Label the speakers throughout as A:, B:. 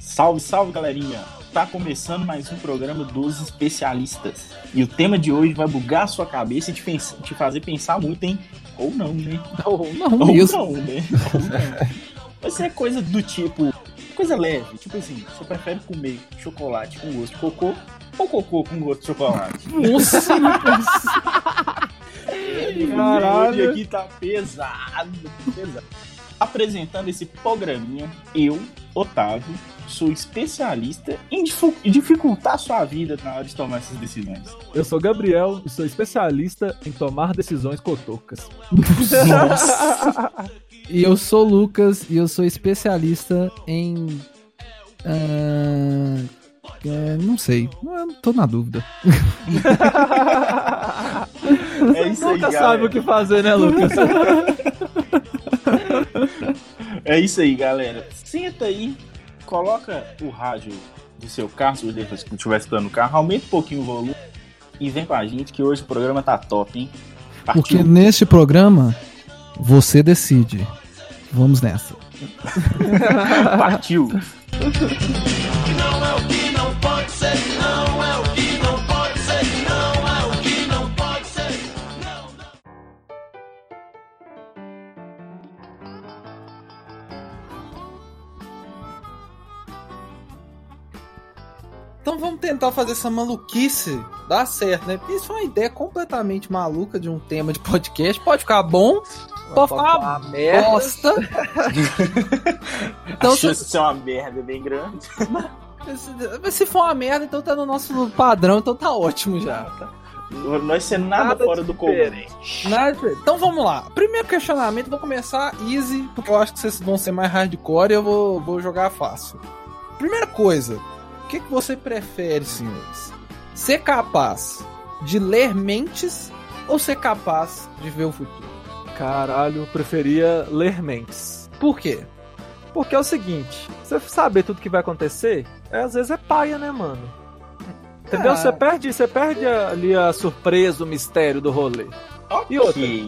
A: Salve, salve galerinha! Tá começando mais um programa dos especialistas. E o tema de hoje vai bugar a sua cabeça e te, pens- te fazer pensar muito, hein? Ou não, né?
B: Ou não,
A: Ou
B: mesmo.
A: não, né? Ou não. Mas é coisa do tipo, coisa leve, tipo assim, você prefere comer chocolate com gosto de cocô ou cocô com gosto de chocolate?
B: Nossa, Caralho.
A: Hoje aqui tá pesado, pesado. Apresentando esse programinha, eu, Otávio, sou especialista em difu- em dificultar a sua vida na hora de tomar essas decisões.
B: eu sou Gabriel e sou especialista em tomar decisões cotocas.
A: Nossa.
C: E eu sou o Lucas e eu sou especialista em. ah, é, não sei. Eu tô na dúvida.
A: É isso aí,
B: Nunca
A: galera.
B: sabe o que fazer, né, Lucas?
A: É isso aí, galera. Senta aí, coloca o rádio do seu carro, se você estiver escutando no carro, aumenta um pouquinho o volume e vem com a gente que hoje o programa tá top, hein?
C: Porque neste programa, você decide. Vamos nessa.
A: partiu.
D: Então vamos tentar fazer essa maluquice dar certo, né? Porque isso é uma ideia completamente maluca de um tema de podcast. Pode ficar bom, pode ficar uma bosta.
A: a
D: então, se,
A: chance de ser uma merda é bem grande.
D: se- se for uma merda, então tá no nosso padrão, então tá ótimo já.
A: Nós é ser nada,
B: Nada
A: fora do comum.
D: Nada- Então vamos lá. Primeiro questionamento, vou começar easy, porque eu acho que vocês vão ser mais hardcore e eu vou, vou jogar fácil. Primeira coisa, o que, que você prefere, senhores? Ser capaz de ler mentes ou ser capaz de ver o futuro?
B: Caralho, eu preferia ler mentes.
D: Por quê?
B: Porque é o seguinte, você saber tudo que vai acontecer, é, às vezes é paia, né, mano? Entendeu?
D: Ah.
B: Você perde, você perde ali a surpresa, o mistério do rolê. E outra?
A: É,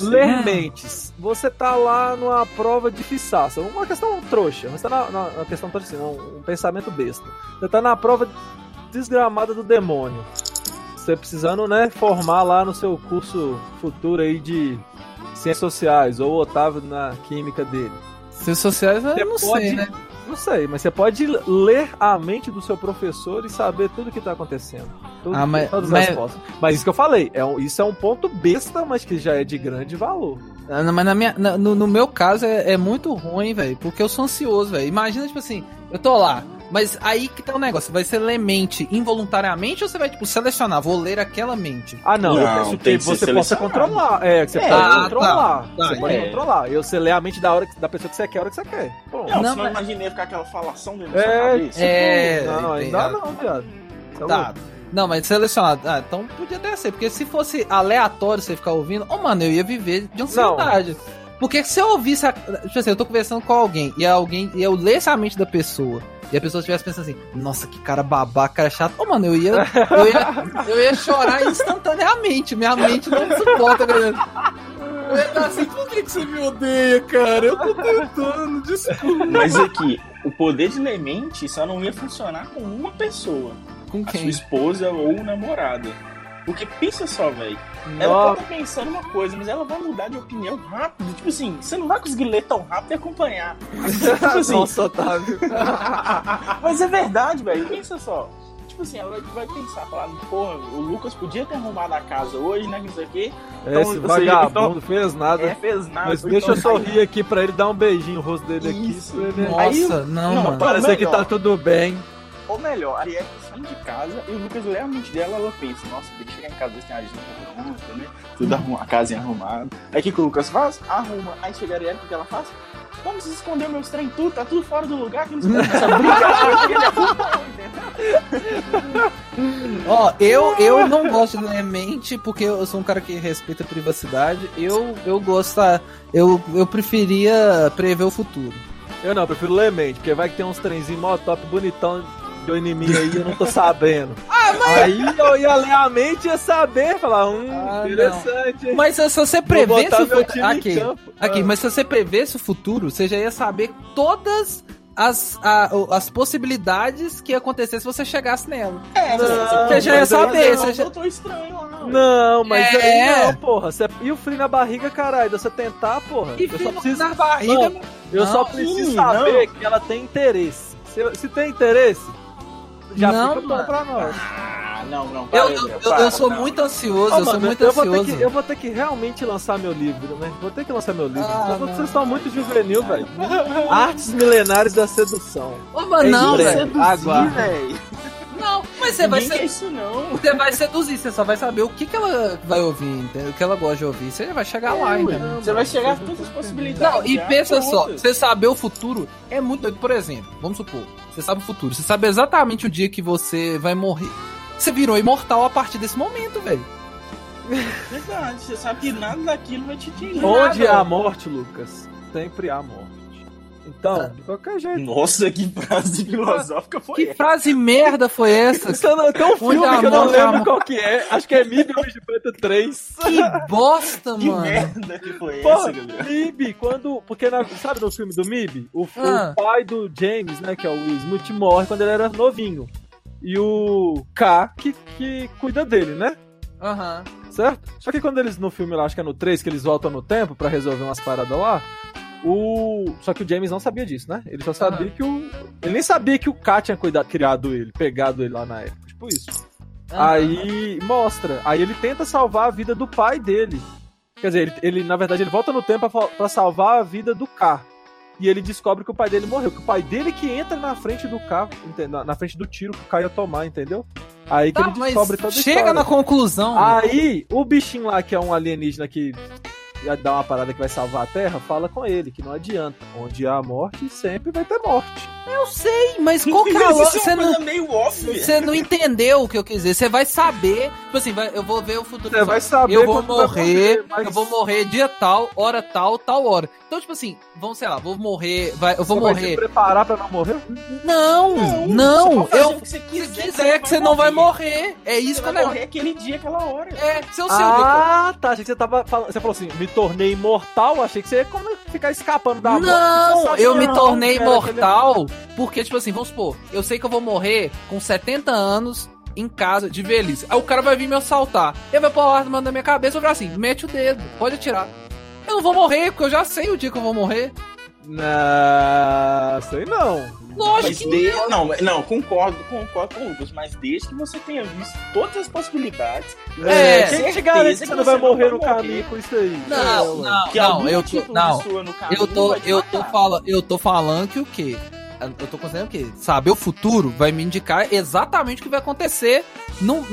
B: Ler mentes. Você tá lá numa prova de fissaça. Uma questão trouxa. Você tá na, na, na questão trouxa, assim, um, um pensamento besta. Você tá na prova desgramada do demônio. Você precisando, né, formar lá no seu curso futuro aí de ciências sociais, ou o Otávio na química dele.
C: Seus sociais,
B: Você
C: eu não sei,
B: pode-
C: né?
B: Não sei, mas você pode ler a mente do seu professor e saber tudo que tá acontecendo. Tudo,
C: Ah, mas-
B: todas
C: mas-
B: as respostas. Mas isso que eu falei, é um- isso é um ponto besta, mas que já é de grande valor.
D: Ah, não, Mas na minha, na- no, no meu caso é, é muito ruim, velho, porque eu sou ansioso, velho. Imagina, tipo assim, eu tô lá, mas aí que tá o negócio, vai ser ler mente involuntariamente ou você vai, tipo, selecionar, vou ler aquela mente?
B: Ah, não,
A: Não,
B: eu
A: tem
B: penso que,
A: que ser
B: você possa
A: selecionado.
B: controlar. É, que você
A: É,
B: pode
D: tá,
B: controlar.
D: tá,
B: você
D: tá,
B: pode
A: é.
B: controlar. E você lê a mente da, hora, que- da pessoa que você quer, a hora que você quer. Pronto.
A: Não,
D: Não,
A: senão
D: mas-
A: imaginei ficar aquela falação dentro da sua
B: é,
A: cabeça.
B: tipo,
D: É,
B: não, ainda
D: entendo.
B: não, viado. Você é
D: Tá.
B: louco.
D: Não, mas selecionado. Ah, então podia até ser, porque se fosse aleatório você ficar ouvindo, ô mano, eu ia viver de ansiedade. Porque se eu ouvisse. a- Tipo assim, eu tô conversando com alguém e alguém. E eu lesse a mente da pessoa. E a pessoa estivesse pensando assim, nossa, que cara babaca, cara chato. Ô, mano, eu ia, eu ia. Eu ia chorar instantaneamente. Minha mente não suporta, galera. Eu ia estar assim, por que, que você me odeia, cara? Eu tô tentando, desculpa.
A: Mas aqui, o poder de ler mente só não ia funcionar com uma pessoa.
D: Com
A: A sua
D: quem?
A: esposa ou namorada. Porque pensa só, velho. Ela
B: Nossa,
A: pode tá pensando uma coisa, mas ela vai mudar de opinião rápido. Tipo assim, você não vai conseguir ler tão rápido e acompanhar. tipo assim,
B: Nossa, Otávio.
A: mas é verdade, velho. Pensa só. Tipo assim, ela vai pensar, falar, porra, o Lucas podia ter arrumado a casa hoje, né? que Não sei o quê. Então,
B: Esse
A: ou seja,
B: vagabundo fez nada.
A: É, fez nada.
B: mas
A: Ou
B: deixa
A: então-
B: eu sorrir aqui pra ele dar um beijinho no rosto dele aqui.
A: Isso.
B: pra ele-
A: Aí-
D: Nossa, não,
A: não,
D: mano.
A: tá-
B: Parece que
A: melhor.
B: tá tudo bem.
A: Ou melhor, a Ariete sai de casa e o Lucas lê a mente dela ela pensa, nossa, tem que chegar em casa, tem a agenda pronta, né? Tudo arruma, a casa é arrumada. Aí o que, que o Lucas faz? Arruma. Aí chega a Ariete, o que ela faz? Como se esconder meus trem tudo? Tá tudo fora do lugar que não sei essa brincadeira que ele arrumou,
D: entendeu? Ó, eu,
B: Ah!
D: eu não gosto de ler mente porque eu sou um cara que respeita a privacidade. Eu, eu gosto, ah, eu, eu preferia prever o futuro.
B: Eu não, eu prefiro ler mente, porque vai que tem uns trenzinhos mó top bonitão do inimigo aí, eu não tô sabendo.
D: ah, mas...
B: Aí eu ia ler a mente e ia saber, falar, hum,
D: Ah,
B: interessante. hein?
D: Mas ah, se você
B: Vou
D: prevesse
B: botar
D: o
B: meu time
D: futuro.
B: em
D: Aqui,
B: campo.
D: aqui,
B: Ah.
D: mas se você prevesse o futuro, você já ia saber todas as, a- o- as possibilidades que ia acontecer se você chegasse nela.
A: É,
B: Não,
D: você já ia
A: mas eu-
D: saber,
A: eu-
D: você já-
A: é Eu tô estranho lá, não.
B: Ah. Não, mas
D: É.
B: aí não, porra. Cê- E o frio na barriga, caralho, de você tentar, porra.
D: E
B: eu só
D: filho,
B: preciso,
D: na barriga.
B: eu só
D: não,
B: preciso
A: sim,
B: saber que ela tem interesse. Se, se tem interesse, já
D: Não,
B: fica bom
D: mano.
B: pra nós.
A: Ah, não, não.
D: Eu,
A: para,
D: eu,
A: André,
D: eu-
A: para,
D: eu sou
A: não.
D: muito ansioso,
B: Ô,
D: eu sou
B: mano,
D: muito
B: eu vou,
D: ansioso.
B: ter que, eu vou ter que realmente lançar meu livro, né? Vou ter que lançar meu livro.
D: Ah,
B: Só que
D: não.
B: vocês estão muito juvenil, velho. Artes milenares da sedução.
D: Ô, mano, não,
B: isso,
A: Isso é
D: velho.
A: seduzir,
B: aguarda.
A: velho.
D: Não, mas você vai
A: Ninguém
D: ser.
A: quer isso, não.
D: Você vai seduzir, você só vai saber o que, que ela vai ouvir, entendeu? o que ela gosta de ouvir. Você vai chegar lá, entendeu?
A: Você vai chegar a todas as
B: é
A: possibilidades.
D: Não, e
A: já,
D: pensa
A: pronto.
D: só, você saber o futuro é muito doido. Por exemplo, vamos supor, você sabe o futuro, você sabe exatamente o dia que você vai morrer. Você virou imortal a partir desse momento, velho.
A: Verdade, você sabe que nada daquilo vai te tirar.
B: Onde
D: nada.
B: há morte, Lucas, sempre há morte.
D: Tá.
B: Então, de qualquer jeito.
A: Nossa, que frase filosófica foi
D: Que frase merda foi essa?
B: Isso não- Tem um filme que eu não
D: amor,
B: lembro
D: amor.
B: qual que é. Acho que é Mib Homem de Preto 3.
D: Que bosta,
A: Que
D: mano.
A: merda que foi
B: Porra,
A: essa, Gabriel?
B: Mib, quando. Porque na- sabe do filme do Mib? O, o
D: Ah.
B: pai do James, né, que é o Will Smith, morre quando ele era novinho. E o K que, que cuida dele, né?
D: Aham.
B: Certo? Só que quando eles no filme lá, acho que é no 3, que eles voltam no tempo pra resolver umas paradas lá. O. Só que o James não sabia disso, né? Ele só sabia que o. Ele nem sabia que o K tinha cuidado, criado ele, pegado ele lá na época. Tipo isso. Aí mostra. Aí ele tenta salvar a vida do pai dele. Quer dizer, ele, ele, na verdade ele volta no tempo pra fa- pra salvar a vida do K. E ele descobre que o pai dele morreu, que o pai dele que entra na frente do K, ente- na, na frente do tiro que o K ia tomar, entendeu? Aí que
D: Tá,
B: ele
D: mas
B: descobre toda a
D: chega
B: história.
D: na conclusão.
B: Aí o bichinho lá que é um alienígena que ia dar uma parada que vai salvar a Terra, fala com ele que não adianta. Onde há morte, sempre vai ter morte.
D: eu sei, mas qual que é a
A: Mas
D: lógica?
A: isso é
D: Você
A: uma
D: não,
A: coisa meio óbvia.
D: você não entendeu o que eu quis dizer. Você vai saber. Tipo assim, vai- eu vou ver o futuro.
B: Você vai saber
D: eu vou
B: quando vai
D: morrer,
B: mas
D: eu vou morrer dia tal, hora tal, tal hora. Então, tipo assim, vamos, sei lá, vou morrer, vai- eu vou
B: você Vai se
D: morrer.
B: preparar pra não morrer?
D: Não, não,
A: Você pode fazer
D: eu
A: o é que você
D: se
A: quiser,
D: quiser que você não vai morrer. É
A: Você
D: isso que
A: vai
D: eu negócio.
A: morrer aquele dia, aquela hora.
D: É, seu seu
B: Ah, tá. Achei que você tava falando. Você falou assim, me tornei imortal. Achei que você ia como ficar escapando da morte.
D: Não,
B: Você
D: eu
B: sabe,
D: me
B: não,
D: tornei
B: cara,
D: imortal porque, tipo assim, vamos supor, eu sei que eu vou morrer com 70 anos em casa de velhice. Aí o cara vai vir me assaltar. Ele vai pôr a arma na minha cabeça e vai falar assim: mete o dedo, pode atirar. Eu não vou morrer, porque eu já sei o dia que eu vou morrer.
B: aquele- Não, sei não.
D: Lógico
A: Mas
D: que
A: de... não, não, concordo, concordo com o Lucas, mas desde que você tenha visto todas as possibilidades,
D: É,
B: Quem te
A: certeza
B: garante que você não vai morrer no
A: morrer.
B: caminho com isso aí?
D: Não,
B: É, ué.
D: não,
A: Que
D: não,
A: algum
D: eu tô,
A: tipo de
D: não,
A: sua no caminho
D: eu tô,
A: vai te
D: eu tô
A: matar.
D: falando, eu tô falando que o quê? Eu tô considerando o quê? Saber o futuro vai me indicar exatamente o que vai acontecer, não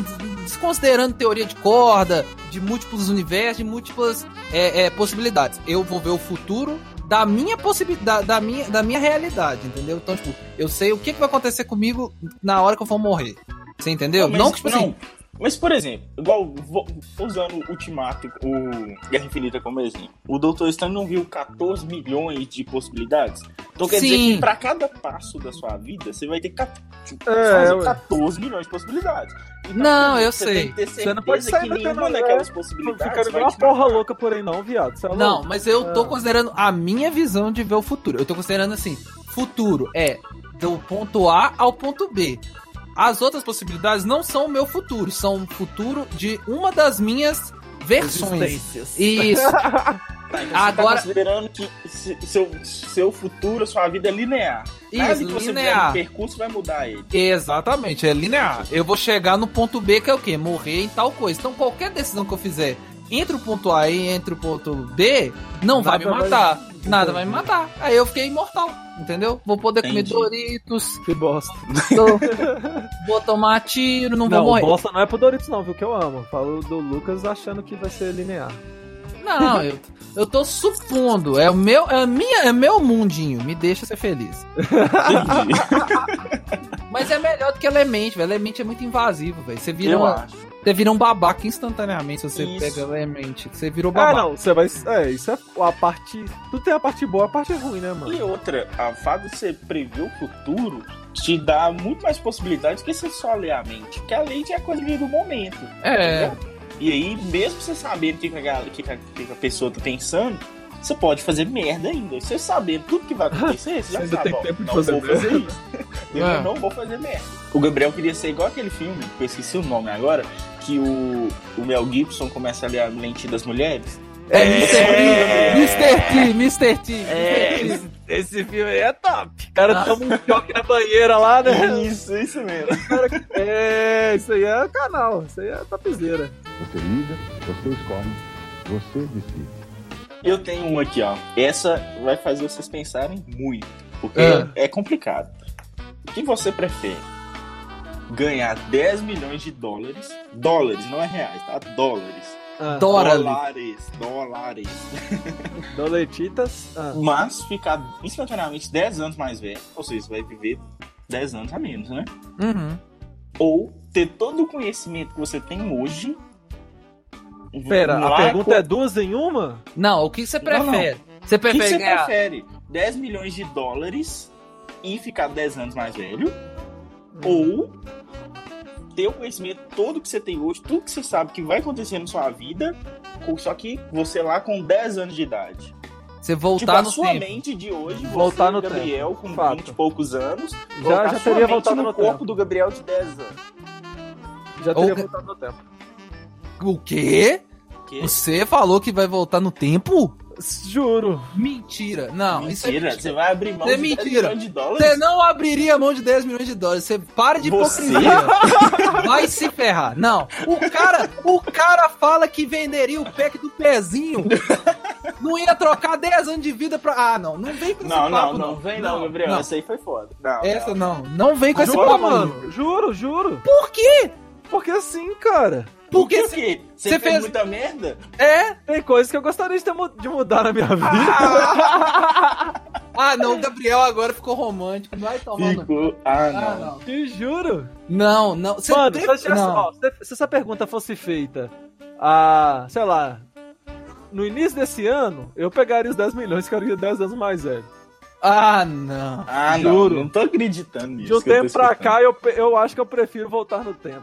D: desconsiderando teoria de corda, de múltiplos universos, de múltiplas é, é, possibilidades. Eu vou ver o futuro da minha possibilidade, da minha, da minha realidade, entendeu? Então, tipo, eu sei o que, que vai acontecer comigo na hora que eu for morrer. Você entendeu?
A: mas,
D: Não, que tipo assim,
A: Mas, por exemplo, igual vo- usando o Ultimato, o Guerra Infinita como exemplo, o Dr. Stan não viu 14 milhões de possibilidades? Então quer
D: Sim.
A: dizer que pra cada passo da sua vida, você vai ter ca- tipo,
B: É,
A: fazer
B: ué.
A: 14 milhões de possibilidades. tá
D: Não, eu sei.
A: Tem que ter
B: Você não
A: certeza
B: pode sair
A: que
B: batendo
A: nenhuma
B: na-
A: daquelas
B: Tô
A: possibilidades
B: ficando
A: vai
B: igual uma
A: te matar.
B: porra louca por aí, não, viado. Você é
D: Não,
B: louco?
D: mas eu tô
B: Ah.
D: considerando a minha visão de ver o futuro. Eu tô considerando assim, futuro é do ponto A ao ponto B. As outras possibilidades não são o meu futuro, são o futuro de uma das minhas versões.
B: Existências.
D: Isso.
A: Tá, então Você tá
D: Agora,
A: considerando que se- seu, seu futuro, sua vida é linear. Nada
D: isso,
A: que você
D: linear.
A: fizer no percurso vai mudar ele.
D: Exatamente, é linear. Eu vou chegar no ponto B, que é o quê? Morrer em tal coisa. Então, qualquer decisão que eu fizer entre o ponto A e entre o ponto B, não vai me
B: Nada vai-
D: matar. nada vai me matar. Aí eu fiquei imortal, entendeu? Vou poder comer
A: Entendi.
D: Doritos,
B: Que bosta.
D: vou, vou tomar tiro, não vou
B: Não,
D: morrer.
B: bosta não é pro Doritos, não, viu? Que eu amo. Falo do Lucas achando que vai ser linear.
D: Não, eu, eu tô supondo. É o meu, é a minha, é meu mundinho. Me deixa ser feliz.
A: Entendi.
D: Mas é melhor do que Element, velho. Element é muito invasivo, velho. Você vira,
A: Eu
D: uma-
A: acho.
D: você vira um babaca instantaneamente se você
A: Isso.
D: pega Element. Você virou
B: Ah,
D: babaca.
B: não, você vai. É, isso é a parte. Tudo tem a parte boa e a parte ruim, né, mano?
A: E outra, a fada de você prever o futuro te dá muito mais possibilidades que você só ler a mente. Porque a mente é a coisa do momento.
D: é,
A: entendeu? E aí, mesmo você sabendo o que, que a gal- o que que a- o que que a pessoa tá pensando, você pode fazer merda ainda. Você sabendo tudo que vai acontecer, você já
B: Ainda
A: sabe,
B: tem
A: ó,
B: tempo de
A: não
B: fazer
A: vou
B: merda.
A: fazer isso. Eu
D: É.
A: não vou fazer merda. O Gabriel queria ser igual aquele filme, que eu esqueci o nome agora, que o, o Mel Gibson começa a ler a lente das mulheres.
D: é,
A: É.
D: Mr. T, Mr. T, Mr. T.
B: Esse, esse filme aí é top. O cara
D: Ah.
B: toma um choque na banheira lá, né?
A: Isso, isso mesmo.
B: É, isso aí é canal, isso aí é topzera.
E: Você liga, você escolhe, você decide.
A: Eu tenho uma aqui, ó. Essa vai fazer vocês pensarem muito, porque
D: Ah.
A: é complicado. O que você prefere? Ganhar 10 milhões de dólares. Dólares, não é reais, tá? Dólares.
B: Ah,
D: Dó- Dólares.
A: Dólares. Dólares.
B: Doletitas. Ah.
A: Mas ficar instantaneamente 10 anos mais velho, ou seja, você vai viver 10 anos a menos, né?
D: Uhum.
A: Ou ter todo o conhecimento que você tem hoje.
B: Pera,
A: lá
B: a pergunta
A: com-
B: é duas em uma?
D: Não, o que você
A: Não,
D: prefere? Você
A: O que
D: prefere
A: você
D: ganhar?
A: prefere? 10 milhões de dólares e ficar 10 anos mais velho? Ou ter o conhecimento todo que você tem hoje, tudo que você sabe que vai acontecer na sua vida, com- só que você lá com 10 anos de idade.
D: Você
A: tipo,
D: voltar
A: a
D: no
A: sua
D: tempo.
A: mente de hoje,
B: Voltar
A: você,
B: no
A: Gabriel, com
B: Fato.
A: 20 e poucos anos,
B: Já,
A: colocar
B: já
A: sua
B: teria
A: mente
B: voltado
A: no,
B: no
A: corpo
B: tempo.
A: do Gabriel de 10 anos.
B: Já teria
D: Ou-
B: voltado no tempo.
D: O quê?
A: Que-
D: Você falou que vai voltar no tempo?
B: Juro.
D: Mentira. Não, isso é
A: mentira, você vai abrir mão
D: Isso é
A: de 10
D: mentira. é
A: milhões de dólares?
D: Você não abriria mão de 10 milhões de dólares. Você para de
A: Você?
D: hipocrisia. Vai se ferrar. Não. O cara, o cara fala que venderia o pack do pezinho. Não ia trocar 10 anos de vida pra. Ah, não. Não vem com esse
A: Não, não,
D: papo,
A: não, vem não, Gabriel. Essa aí foi foda. Não,
D: Essa não. Não vem com esse
B: Juro,
D: papo, mano.
B: mano. Juro, juro.
D: Por quê?
B: Porque assim, cara.
D: Porque
A: Por quê? Você
D: você
A: fez,
D: fez-
A: muita merda?
D: É.
B: Tem coisas que eu gostaria de, ter mu- de mudar na minha vida.
D: Ah, não. O Gabriel agora ficou romântico. Vai tomar no.
A: Ficou. Ah,
D: Ah,
A: não.
D: não.
B: Te juro.
D: Não, não. Você
B: Mano,
D: tem-
B: se, eu tivesse-
D: não.
B: ó, se- se essa pergunta fosse feita a, sei lá, no início desse ano, eu pegaria os 10 milhões e ficaria 10 anos mais velho.
D: Ah, não.
A: Ah,
B: Juro.
A: não. Não tô acreditando nisso.
B: De um
A: que eu tô
B: tempo pra
A: escutando.
B: cá, eu, pe- eu acho que eu prefiro voltar no tempo.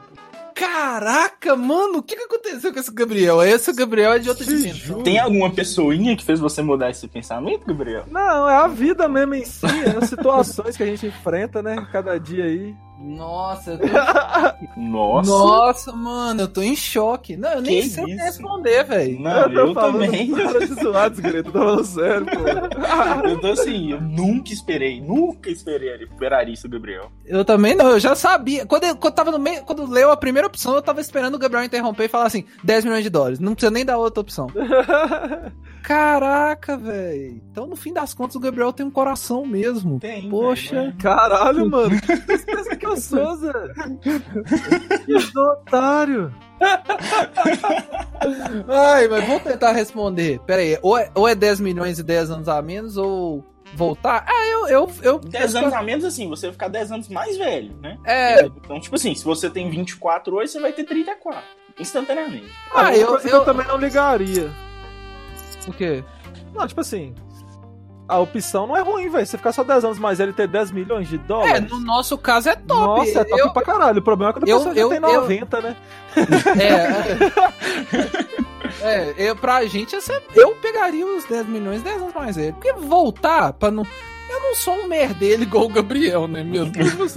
D: Caraca, mano, o que, que aconteceu com esse Gabriel? Esse Gabriel é de outra
B: Te
D: dimensão.
B: juro.
A: Tem alguma pessoinha que fez você mudar esse pensamento, Gabriel?
B: Não, é a vida mesmo em si, é as situações que a gente enfrenta, né? Cada dia aí.
D: Nossa, eu tô-
A: Nossa.
D: nossa, mano, eu tô em choque. Não, eu nem
A: Que
D: sei o que
A: isso?
D: responder, velho.
A: Não, eu, também.
B: Para de zoar, desgrito, tô falando sério, pô.
A: Eu tô assim, eu nunca esperei, nunca esperei recuperar isso, Gabriel.
D: Eu também não, eu já sabia. Quando eu, quando eu tava no meio, quando leu a primeira opção, eu tava esperando o Gabriel interromper e falar assim: 10 milhões de dólares. Não precisa nem dar outra opção. Caraca, velho. Então, no fim das contas, o Gabriel tem um coração mesmo.
A: Tem. né?
D: Poxa.
A: velho,
B: Caralho, mano. Vocês pensam que eu sou, Zé? Que otário.
D: Ai, mas vou tentar responder. Pera aí, ou é, ou é 10 milhões e 10 anos a menos, ou voltar? Ah, eu. eu, eu
A: 10 anos a menos, assim, você vai ficar 10 anos mais velho, né?
D: É,
A: Então, tipo assim, se você tem 24 hoje, você vai ter 34. Instantaneamente.
D: Ah,
B: Ah,
D: eu-
B: eu,
D: eu-
B: eu também não ligaria.
D: o quê?
B: Não, tipo assim. A opção não é ruim, velho. Você ficar só 10 anos mais ele ter 10 milhões de
D: É,
B: dólares.
D: no nosso caso é top.
B: Nossa,
A: tá
B: é top
D: Eu-
B: pra caralho. O problema é quando a
D: eu-
B: pessoa já
D: eu-
B: tem
D: eu-
B: 90, né?
D: É, é. é eu, pra gente, essa- eu pegaria os 10 milhões 10 anos mais ele. Porque voltar pra não. Eu não sou um merdeiro igual o Gabriel, né, meu Deus?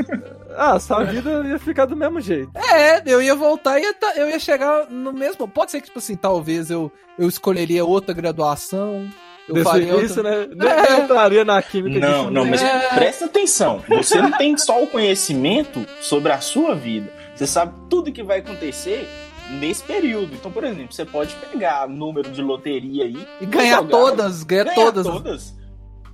B: Ah, sua vida ia ficar do mesmo jeito.
D: É, eu ia voltar e ia tá- eu ia chegar no mesmo. Pode ser que, tipo assim, talvez eu, eu escolheria outra graduação. Eu
B: Desse
D: faria outra
B: início, né? Nem
D: É.
B: entraria na química
A: Não,
B: de
A: não, mas
D: É.
A: presta atenção. Você não tem só o conhecimento sobre a sua vida. Você sabe tudo que vai acontecer nesse período. Então, por exemplo, você pode pegar número de loteria aí
D: E ganhar
A: jogar,
D: todas, ganhar,
A: ganhar
D: É todas. né?
A: todas.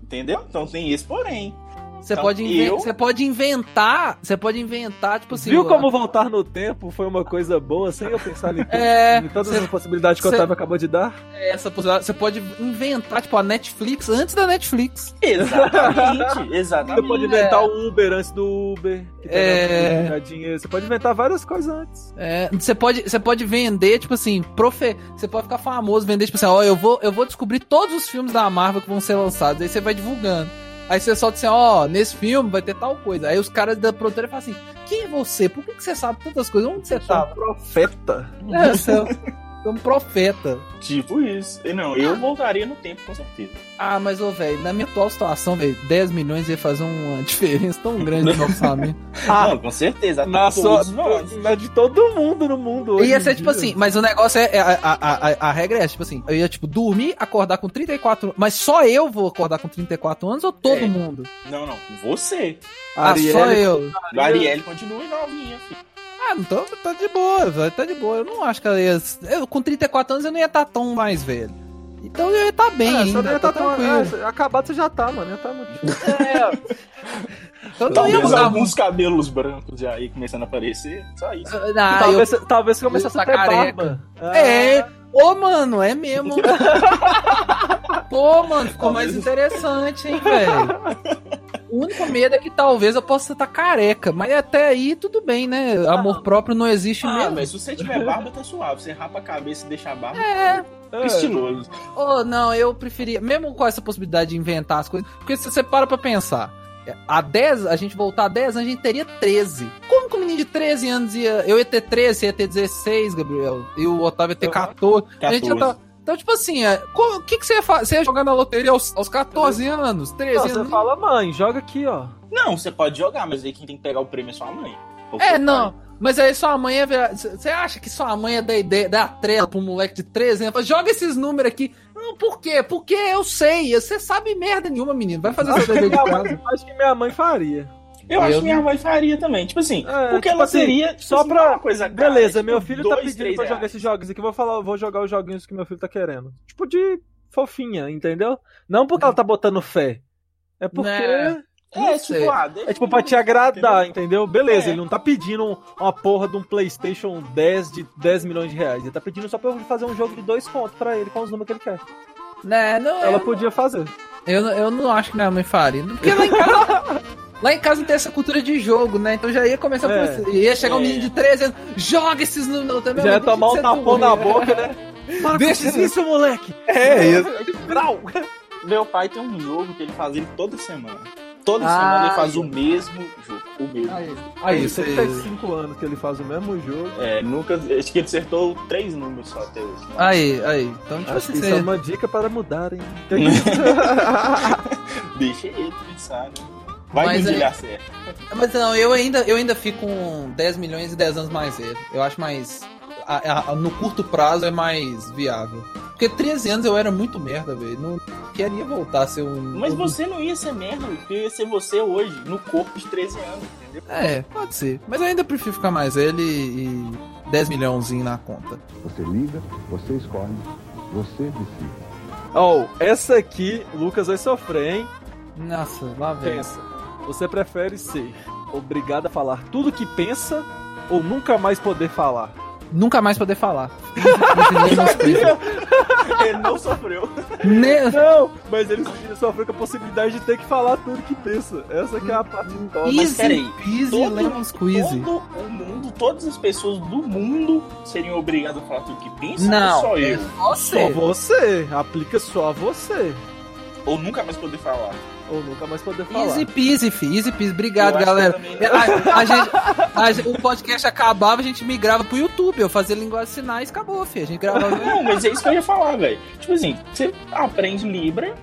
A: Entendeu? Então tem esse porém.
D: Você
A: Então,
D: pode, inven-
A: eu-
D: você pode inventar, você pode inventar, tipo assim.
B: Viu
D: o-
B: como voltar no tempo foi uma coisa boa sem eu pensar em, tudo,
D: É,
B: em todas
D: cê-
B: as possibilidades que o
D: cê-
B: Otávio acabou de dar?
D: essa possibilidade? Você pode inventar, tipo, a Netflix antes da Netflix.
A: Exatamente,
B: Você
A: exatamente.
B: pode inventar o Uber antes do Uber, que também
D: Hum, É.
B: um dinheiro. Você pode inventar várias coisas antes.
D: É, você pode, você pode vender, tipo assim, profe, você pode ficar famoso, vender, tipo assim, ó, eu vou, eu vou descobrir todos os filmes da Marvel que vão ser lançados. Aí você vai divulgando. Aí você solta assim, ó, nesse filme vai ter tal coisa. Aí os caras da produtora falam assim, quem é você? Por que, que você sabe tantas coisas? Onde você
B: Sou
D: tava?
B: um profeta.
D: É, você é um- você é um profeta.
A: Tipo isso. E Não, eu voltaria no tempo, com certeza.
D: Ah, mas, ô, velho, na minha atual situação, velho, 10 milhões ia fazer uma diferença tão grande no orçamento.
A: não, com certeza.
B: Na
A: todos
B: sua,
A: nós.
B: na de todo mundo no mundo hoje.
D: Ia
B: em
D: ser, tipo
B: dia.
D: assim, mas o negócio é, é a, a, a, a regra é, tipo assim, eu ia, tipo, dormir, acordar com 34, mas só eu vou acordar com 34 anos ou todo
A: É.
D: mundo?
A: Não, não. Você.
B: Arielle,
D: Ah, só eu.
A: A Arielle continua novinha, filho.
D: Ah, então tá de boa, velho, tá de boa. Eu não acho que ela ia... Eu, com 34 anos eu não ia estar tão mais velho. Então eu ia estar bem
B: Ah, só
D: ainda,
B: ia
D: tá
B: tá tão-
D: tranquilo.
B: ah, acabado você já tá, mano. Já tá muito.
D: Então não ia
A: Talvez
D: mudar muito.
A: alguns cabelos brancos já aí começando a aparecer. Só isso.
D: Ah, eu-
B: talvez, talvez você começasse
D: Tá
B: a ter
D: careca.
B: barba. Ah,
D: É, ô mano, é mesmo. Pô, mano, ficou mais
A: Talvez.
D: interessante, hein, velho. O único medo é que talvez eu possa estar careca, mas até aí tudo bem, né? Amor próprio não existe
A: Ah,
D: mesmo.
A: mas se você tiver barba, tá suave. Você rapa a cabeça e deixa a barba.
D: É,
B: é.
A: Estiloso.
D: oh, não, eu preferia, mesmo com essa possibilidade de inventar as coisas, porque se você para pra pensar, a 10, a gente voltar a 10 anos, a gente teria 13. Como que um menino de 13 anos ia. Eu ia ter 13, você ia ter 16, Gabriel, e o Otávio ia ter
B: Uhum.
D: 14. A
A: 14.
D: gente já tá- Então, tipo assim, é, co- o que, que você ia fazer? Você ia jogar na loteria aos, aos 14 anos, 13
B: Não, você
D: anos?
B: fala, mãe, joga aqui, ó.
A: Não, você pode jogar, mas aí quem tem que pegar o prêmio é sua mãe. Ou seu
D: É,
A: pai.
D: não. Mas aí sua mãe ia virar. c- Você acha que sua mãe ia dar ideia, dar a trela pro moleque de 13 anos? Fala, Joga esses números aqui. Não, por quê? Porque eu sei. Você sabe merda nenhuma, menino. Vai fazer seu dever de
B: Minha
D: casa.
B: mãe- acho que minha mãe faria.
A: Eu, acho
D: Eu
A: que minha mãe faria também. Tipo assim,
B: É,
A: porque
B: tipo
A: ela
B: assim,
A: seria. tipo
B: só
A: assim,
B: pra-
A: uma coisa cara,
B: Beleza,
A: tipo,
B: meu filho tá
A: dois,
B: pedindo
A: três
B: pra jogar
A: reais.
B: esses jogos aqui. Vou falar, vou jogar os joguinhos que meu filho tá querendo. Tipo de fofinha, entendeu? Não porque ela tá botando fé. É porque.
D: Hum. Né. Não
A: É,
D: sei.
A: tipo, ah, deixa
B: É tipo pra te agradar, entendeu? Beleza,
A: É.
B: ele não tá pedindo um- uma porra de um PlayStation 10 de 10 milhões de reais. Ele tá pedindo só pra eu fazer um jogo de dois contos pra ele com os números que ele quer.
D: Né, não,
B: Ela
D: eu,
B: podia fazer.
D: eu, não- eu não acho que minha mãe faria. Porque lá em casa. Lá em casa não tem essa cultura de jogo, né? Então já ia começar
B: É.
D: por isso. Ia chegar um
A: É.
D: menino de 13 anos, joga esses números também. é
B: Já ia tomar um tapão na boca, né?
D: Deixa
B: Deixa isso, moleque!
D: É, isso.
B: Brau!
A: Meu pai tem um jogo que ele faz ele toda semana. Toda
D: Ah,
A: semana ele faz
D: eu-
A: o mesmo jogo. O mesmo.
D: Aí,
B: Aí,
D: aí você.
B: 75 anos que ele faz o mesmo jogo.
A: É, nunca. Acho que ele acertou três números só até hoje.
D: Aí, aí. Então, tipo
B: Acho
D: assim,
B: que isso é
D: você...
B: uma dica para mudar, hein?
A: Deixa ele pensar, né? Vai
D: Mas é-
A: que um dia
D: aí-
A: ele acerta.
D: Mas não, eu ainda, eu ainda fico com 10 milhões e 10 anos mais velho. Eu acho mais. a- a- no curto prazo é mais viável. Porque 13 anos eu era muito merda, velho. Não queria voltar a ser um.
A: Mas
D: um-
A: você não ia ser merda, porque ia ser você hoje, no corpo de 13 anos, entendeu?
D: É, pode ser. Mas eu ainda prefiro ficar mais velho e. e 10 milhãozinho na conta.
E: Você liga, você escolhe, você decide.
B: Ó, essa aqui, o Lucas vai sofrer, hein?
D: Nossa, lá vem.
B: Pensa. Você prefere ser obrigado a falar tudo que pensa ou nunca mais poder falar?
D: Nunca mais poder falar.
A: ele não sofreu.
D: Ne-
B: Não, mas ele sofreu com a possibilidade de ter que falar tudo que pensa. Essa que é
D: Hum.
B: a parte top.
A: Mas
D: Easy
A: peraí,
D: peasy
A: todo-
D: lemon squeezy.
A: Todo o mundo, todas as pessoas do mundo seriam obrigadas a falar tudo que pensam
D: Não, é
A: ou só eu?
B: Só
D: Nossa,
B: você. Aplica só a você.
A: Ou nunca mais poder falar?
B: Ou nunca mais poder falar.
D: easy peasy, fi. Easy peasy.
A: Eu
D: Obrigado,
A: acho que eu
D: galera.
A: também não.
D: A, a gente, a gente- o podcast acabava, a gente migrava pro YouTube. Eu fazia linguagem de sinais, acabou, filho. A gente gravava.
A: Não, mas é isso que eu ia falar, velho. Tipo assim, você aprende Libra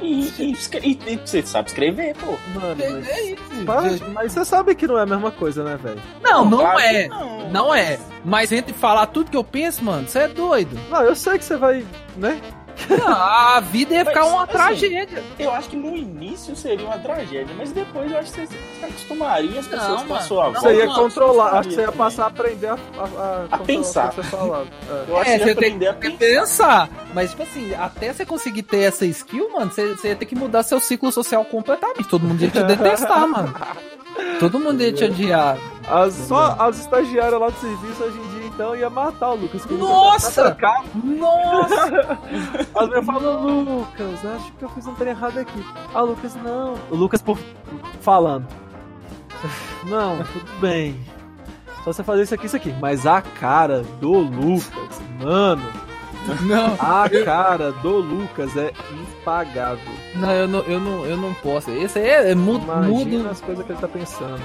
A: e, e escre- e- e você sabe escrever, pô.
B: Mano, mas...
D: É isso.
B: Pá,
D: gente.
B: mas você sabe que não é a mesma coisa, né, velho?
D: Não, não
A: Claro que
D: é.
A: Não.
D: Não é. Mas entre falar tudo que eu penso, mano, você é doido.
B: Não, eu sei que você vai, né?
D: Não, a vida ia ficar
A: Mas,
D: uma
A: assim,
D: tragédia.
A: Eu acho que no início seria uma tragédia, mas depois eu acho que você se acostumaria, as
D: Não,
A: pessoas com a
D: mano.
A: sua
D: Não,
A: voz.
B: Você ia
D: mano,
B: controlar, acho que você ia
A: também.
B: passar a aprender a, a, controlar o que
A: pensar.
B: você falava. É.
A: Eu acho
D: É,
A: que
D: você
A: ia aprender a
D: Tem que
A: pensar.
D: pensar. Mas, tipo assim, até você conseguir ter essa skill, mano, você, você ia ter que mudar seu ciclo social completamente. Todo mundo ia te detestar, mano. Todo mundo ia te odiar.
B: As, só as estagiárias lá do serviço hoje em dia, então, ia matar o Lucas. que ele
D: Nossa!
B: tá trancado.
D: Nossa!
B: As minhas falam, Lucas, acho que eu fiz um trem errado aqui. Ah, Lucas, não. O Lucas por... falando. Não, tudo bem. Só você fazer isso aqui, isso aqui. Mas a cara do Lucas, mano,
D: Não,
B: a cara do Lucas é impagável.
D: não, eu não, eu não, eu não posso. Esse aí é, é mudo,
B: Imagina
D: mudo.
B: as coisas que ele tá pensando.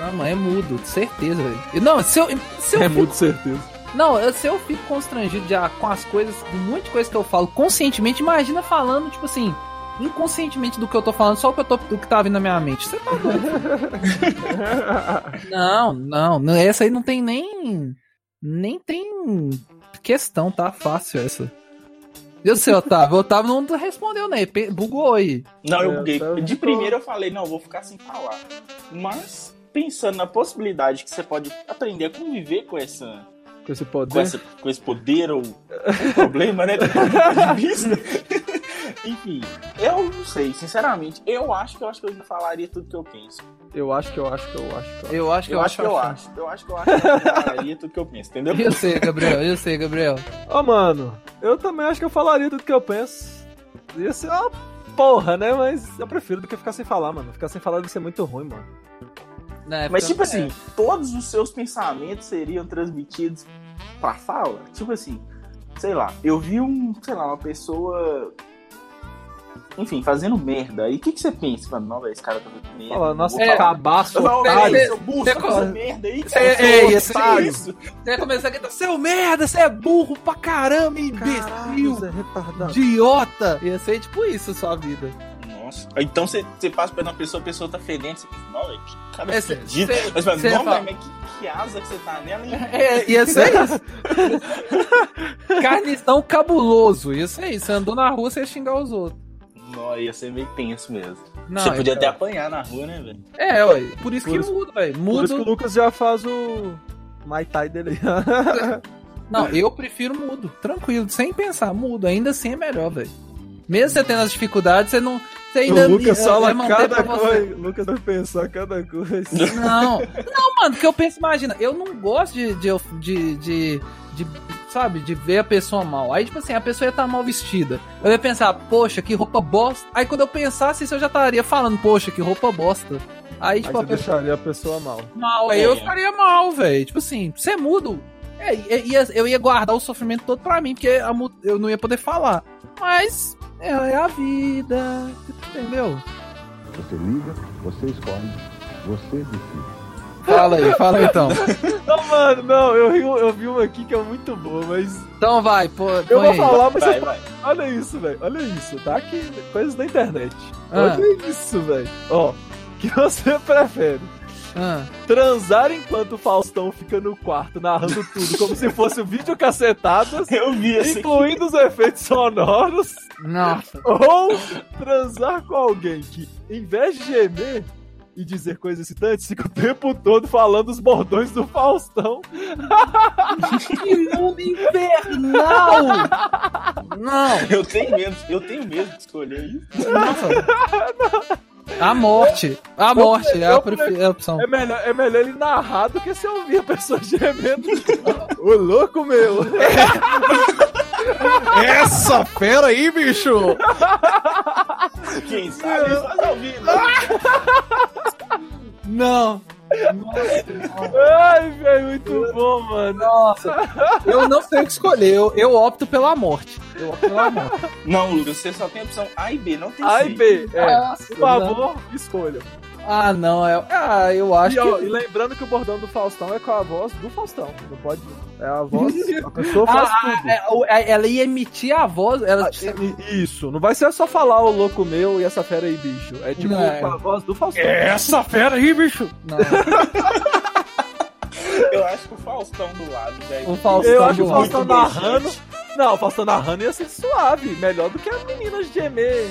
D: Não, mano, é mudo, certeza, velho. E Não, se eu, se eu
B: É
D: fico-
B: muito certeza.
D: Não, eu- se eu fico constrangido já com as coisas, com muita coisa que eu falo conscientemente, imagina falando, tipo assim, inconscientemente do que eu tô falando, só o que, eu tô, o que tá vindo na minha mente. Você tá doido. não, não, não, essa aí não tem nem. Nem tem questão, tá fácil essa. Eu sei, Otávio. Otávio não respondeu, né? Pe- Bugou aí.
A: Não, eu
B: É,
A: buguei.
B: tá-
A: De primeiro eu falei, não, eu vou ficar sem falar. Mas pensando na possibilidade que você pode aprender a conviver com essa,
B: Com esse
A: com,
B: poder.
A: essa, com esse poder ou ou problema, né? do ponto de vista. Enfim, eu não sei, sinceramente, eu acho que eu acho que eu falaria tudo que eu penso.
B: Eu acho que eu acho que eu acho que eu acho.
D: Eu acho que
A: Eu, acho que eu acho. Eu acho que eu acho que eu falaria tudo que eu penso, entendeu?
D: Eu sei, Gabriel, eu sei, Gabriel.
B: Ô, mano, eu também acho que eu falaria tudo que eu penso. Ia ser uma porra, né? Mas eu prefiro do que ficar sem falar, mano. Ficar sem falar deve ser muito ruim, mano.
D: Na
A: Mas
D: época- é.
A: tipo assim, todos os seus pensamentos seriam transmitidos pra fala? Tipo assim, sei lá, eu vi um, sei lá, uma pessoa. Enfim, fazendo merda. E o que, que você pensa? Mano, não, velho, esse cara tá fazendo merda.
B: Fala,
A: não
B: nossa,
A: vou
D: é,
A: falar.
B: cabaço,
A: Eu falo,
D: cara,
A: "Caralho,
B: otário.
D: você-
A: seu burro,
D: você
A: tá fazendo
D: cons-
A: merda aí,
D: Você-
A: cara. seu
D: é, ia ser
A: otário."
D: isso. Você ia começar a gritar, seu merda, você é burro pra caramba, imbecil!
B: Caralho, Zé retardado.
D: idiota! Ia ser tipo isso sua vida.
A: Nossa. Então você, você passa pela pessoa, a pessoa tá fedendo. Você pensa, não, velho, que cara
D: É, cê-
A: fedido.
D: cê-
A: Mas, mano,
D: cê
A: não,
D: fala-
A: velho, mas que, que asa que você tá nela, hein?
D: É, ia ser isso. Carnistão cabuloso, ia ser isso. Você andou na rua, você ia xingar os outros.
A: Não, ia ser meio tenso mesmo.
D: Não,
A: você podia
D: é,
A: até apanhar na rua, né, velho?
D: É, ué, por isso
B: Por
D: que
B: isso-
D: muda, velho.
B: Por isso que o
D: Mudo.
B: Lucas já faz o. Mai Tai dele.
D: Não, eu prefiro mudo. Tranquilo, sem pensar, mudo. Ainda assim é melhor, velho. Mesmo você tendo as dificuldades, você não. Você ainda
B: o Lucas
D: ia- ia
B: fala
D: manter pra
B: cada
D: você.
B: coisa. O Lucas vai pensar cada coisa.
D: Não, não, mano, porque eu penso, imagina, eu não gosto de, de, de, de- de, sabe, de ver a pessoa mal. Aí, tipo assim, a pessoa ia estar mal vestida. Eu ia pensar, poxa, que roupa bosta. Aí quando eu pensasse isso, eu já estaria falando, poxa, que roupa bosta. Aí,
B: Aí
D: tipo,
B: você
D: a pessoa
B: deixaria a pessoa mal.
D: mal, aí eu ficaria mal, velho. Tipo assim, você é mudo. É, eu ia, eu ia guardar o sofrimento todo pra mim, porque a mu- eu não ia poder falar. Mas é, é a vida, entendeu?
E: Você liga, você escolhe, você decide.
D: Fala aí, fala então.
B: Não, mano, não, eu, ri- um, eu vi uma aqui que é muito boa, mas.
D: Então vai, pô.
B: Eu
D: põe
B: vou
D: aí.
B: falar, mas você
A: Vai, vai.
B: Olha isso, velho. Olha isso. Tá aqui, coisas da internet.
D: Ah.
B: Olha isso, velho. Ó, que você prefere?
D: Ah.
B: Transar enquanto o Faustão fica no quarto narrando tudo, como se fosse um vídeo cacetadas,
A: Eu vi assim.
B: incluindo os efeitos sonoros,
D: Nossa.
B: ou transar com alguém que, em vez de gemer e dizer coisas excitantes, fica o tempo todo falando os bordões do Faustão.
D: Que mundo infernal! Não!
A: Eu tenho medo, eu tenho medo de escolher isso.
D: A morte. A morte é a,
B: eu
D: prefe- é a opção.
B: É melhor, é melhor ele narrar do que se ouvir a pessoa gemendo. Ô, louco, meu!
F: Essa fera aí, bicho!
A: Quem sabe faz ao vivo.
D: Não!
B: Ai, velho, muito bom, mano.
D: Nossa! Eu não sei o que escolher. Eu, eu opto pela morte. Eu opto pela morte.
A: Não, Lucas, você só tem a opção A e B, não tem
B: Ai,
A: C.
B: B, é,
D: Nossa,
B: por favor, escolha.
D: não. Ah, não. é- ah, eu acho
B: E, ó,
D: que.
B: e lembrando que o bordão do Faustão é com a voz do Faustão. Não pode. É a voz. A pessoa faz tudo. Ah,
D: É, o- é, Ela ia emitir a voz. Ela...
B: I- i- Isso, não vai ser só falar o louco meu e essa fera aí, bicho. É tipo
D: Não.
B: com a voz do Faustão.
F: É Essa fera aí, bicho!
D: Não.
A: Eu acho que o Faustão do lado, velho.
D: O Faustão
B: Eu acho que
D: do
B: o
D: lado.
B: Faustão narrando. Não, passando a Hannah ia ser suave, melhor do que as meninas gemer.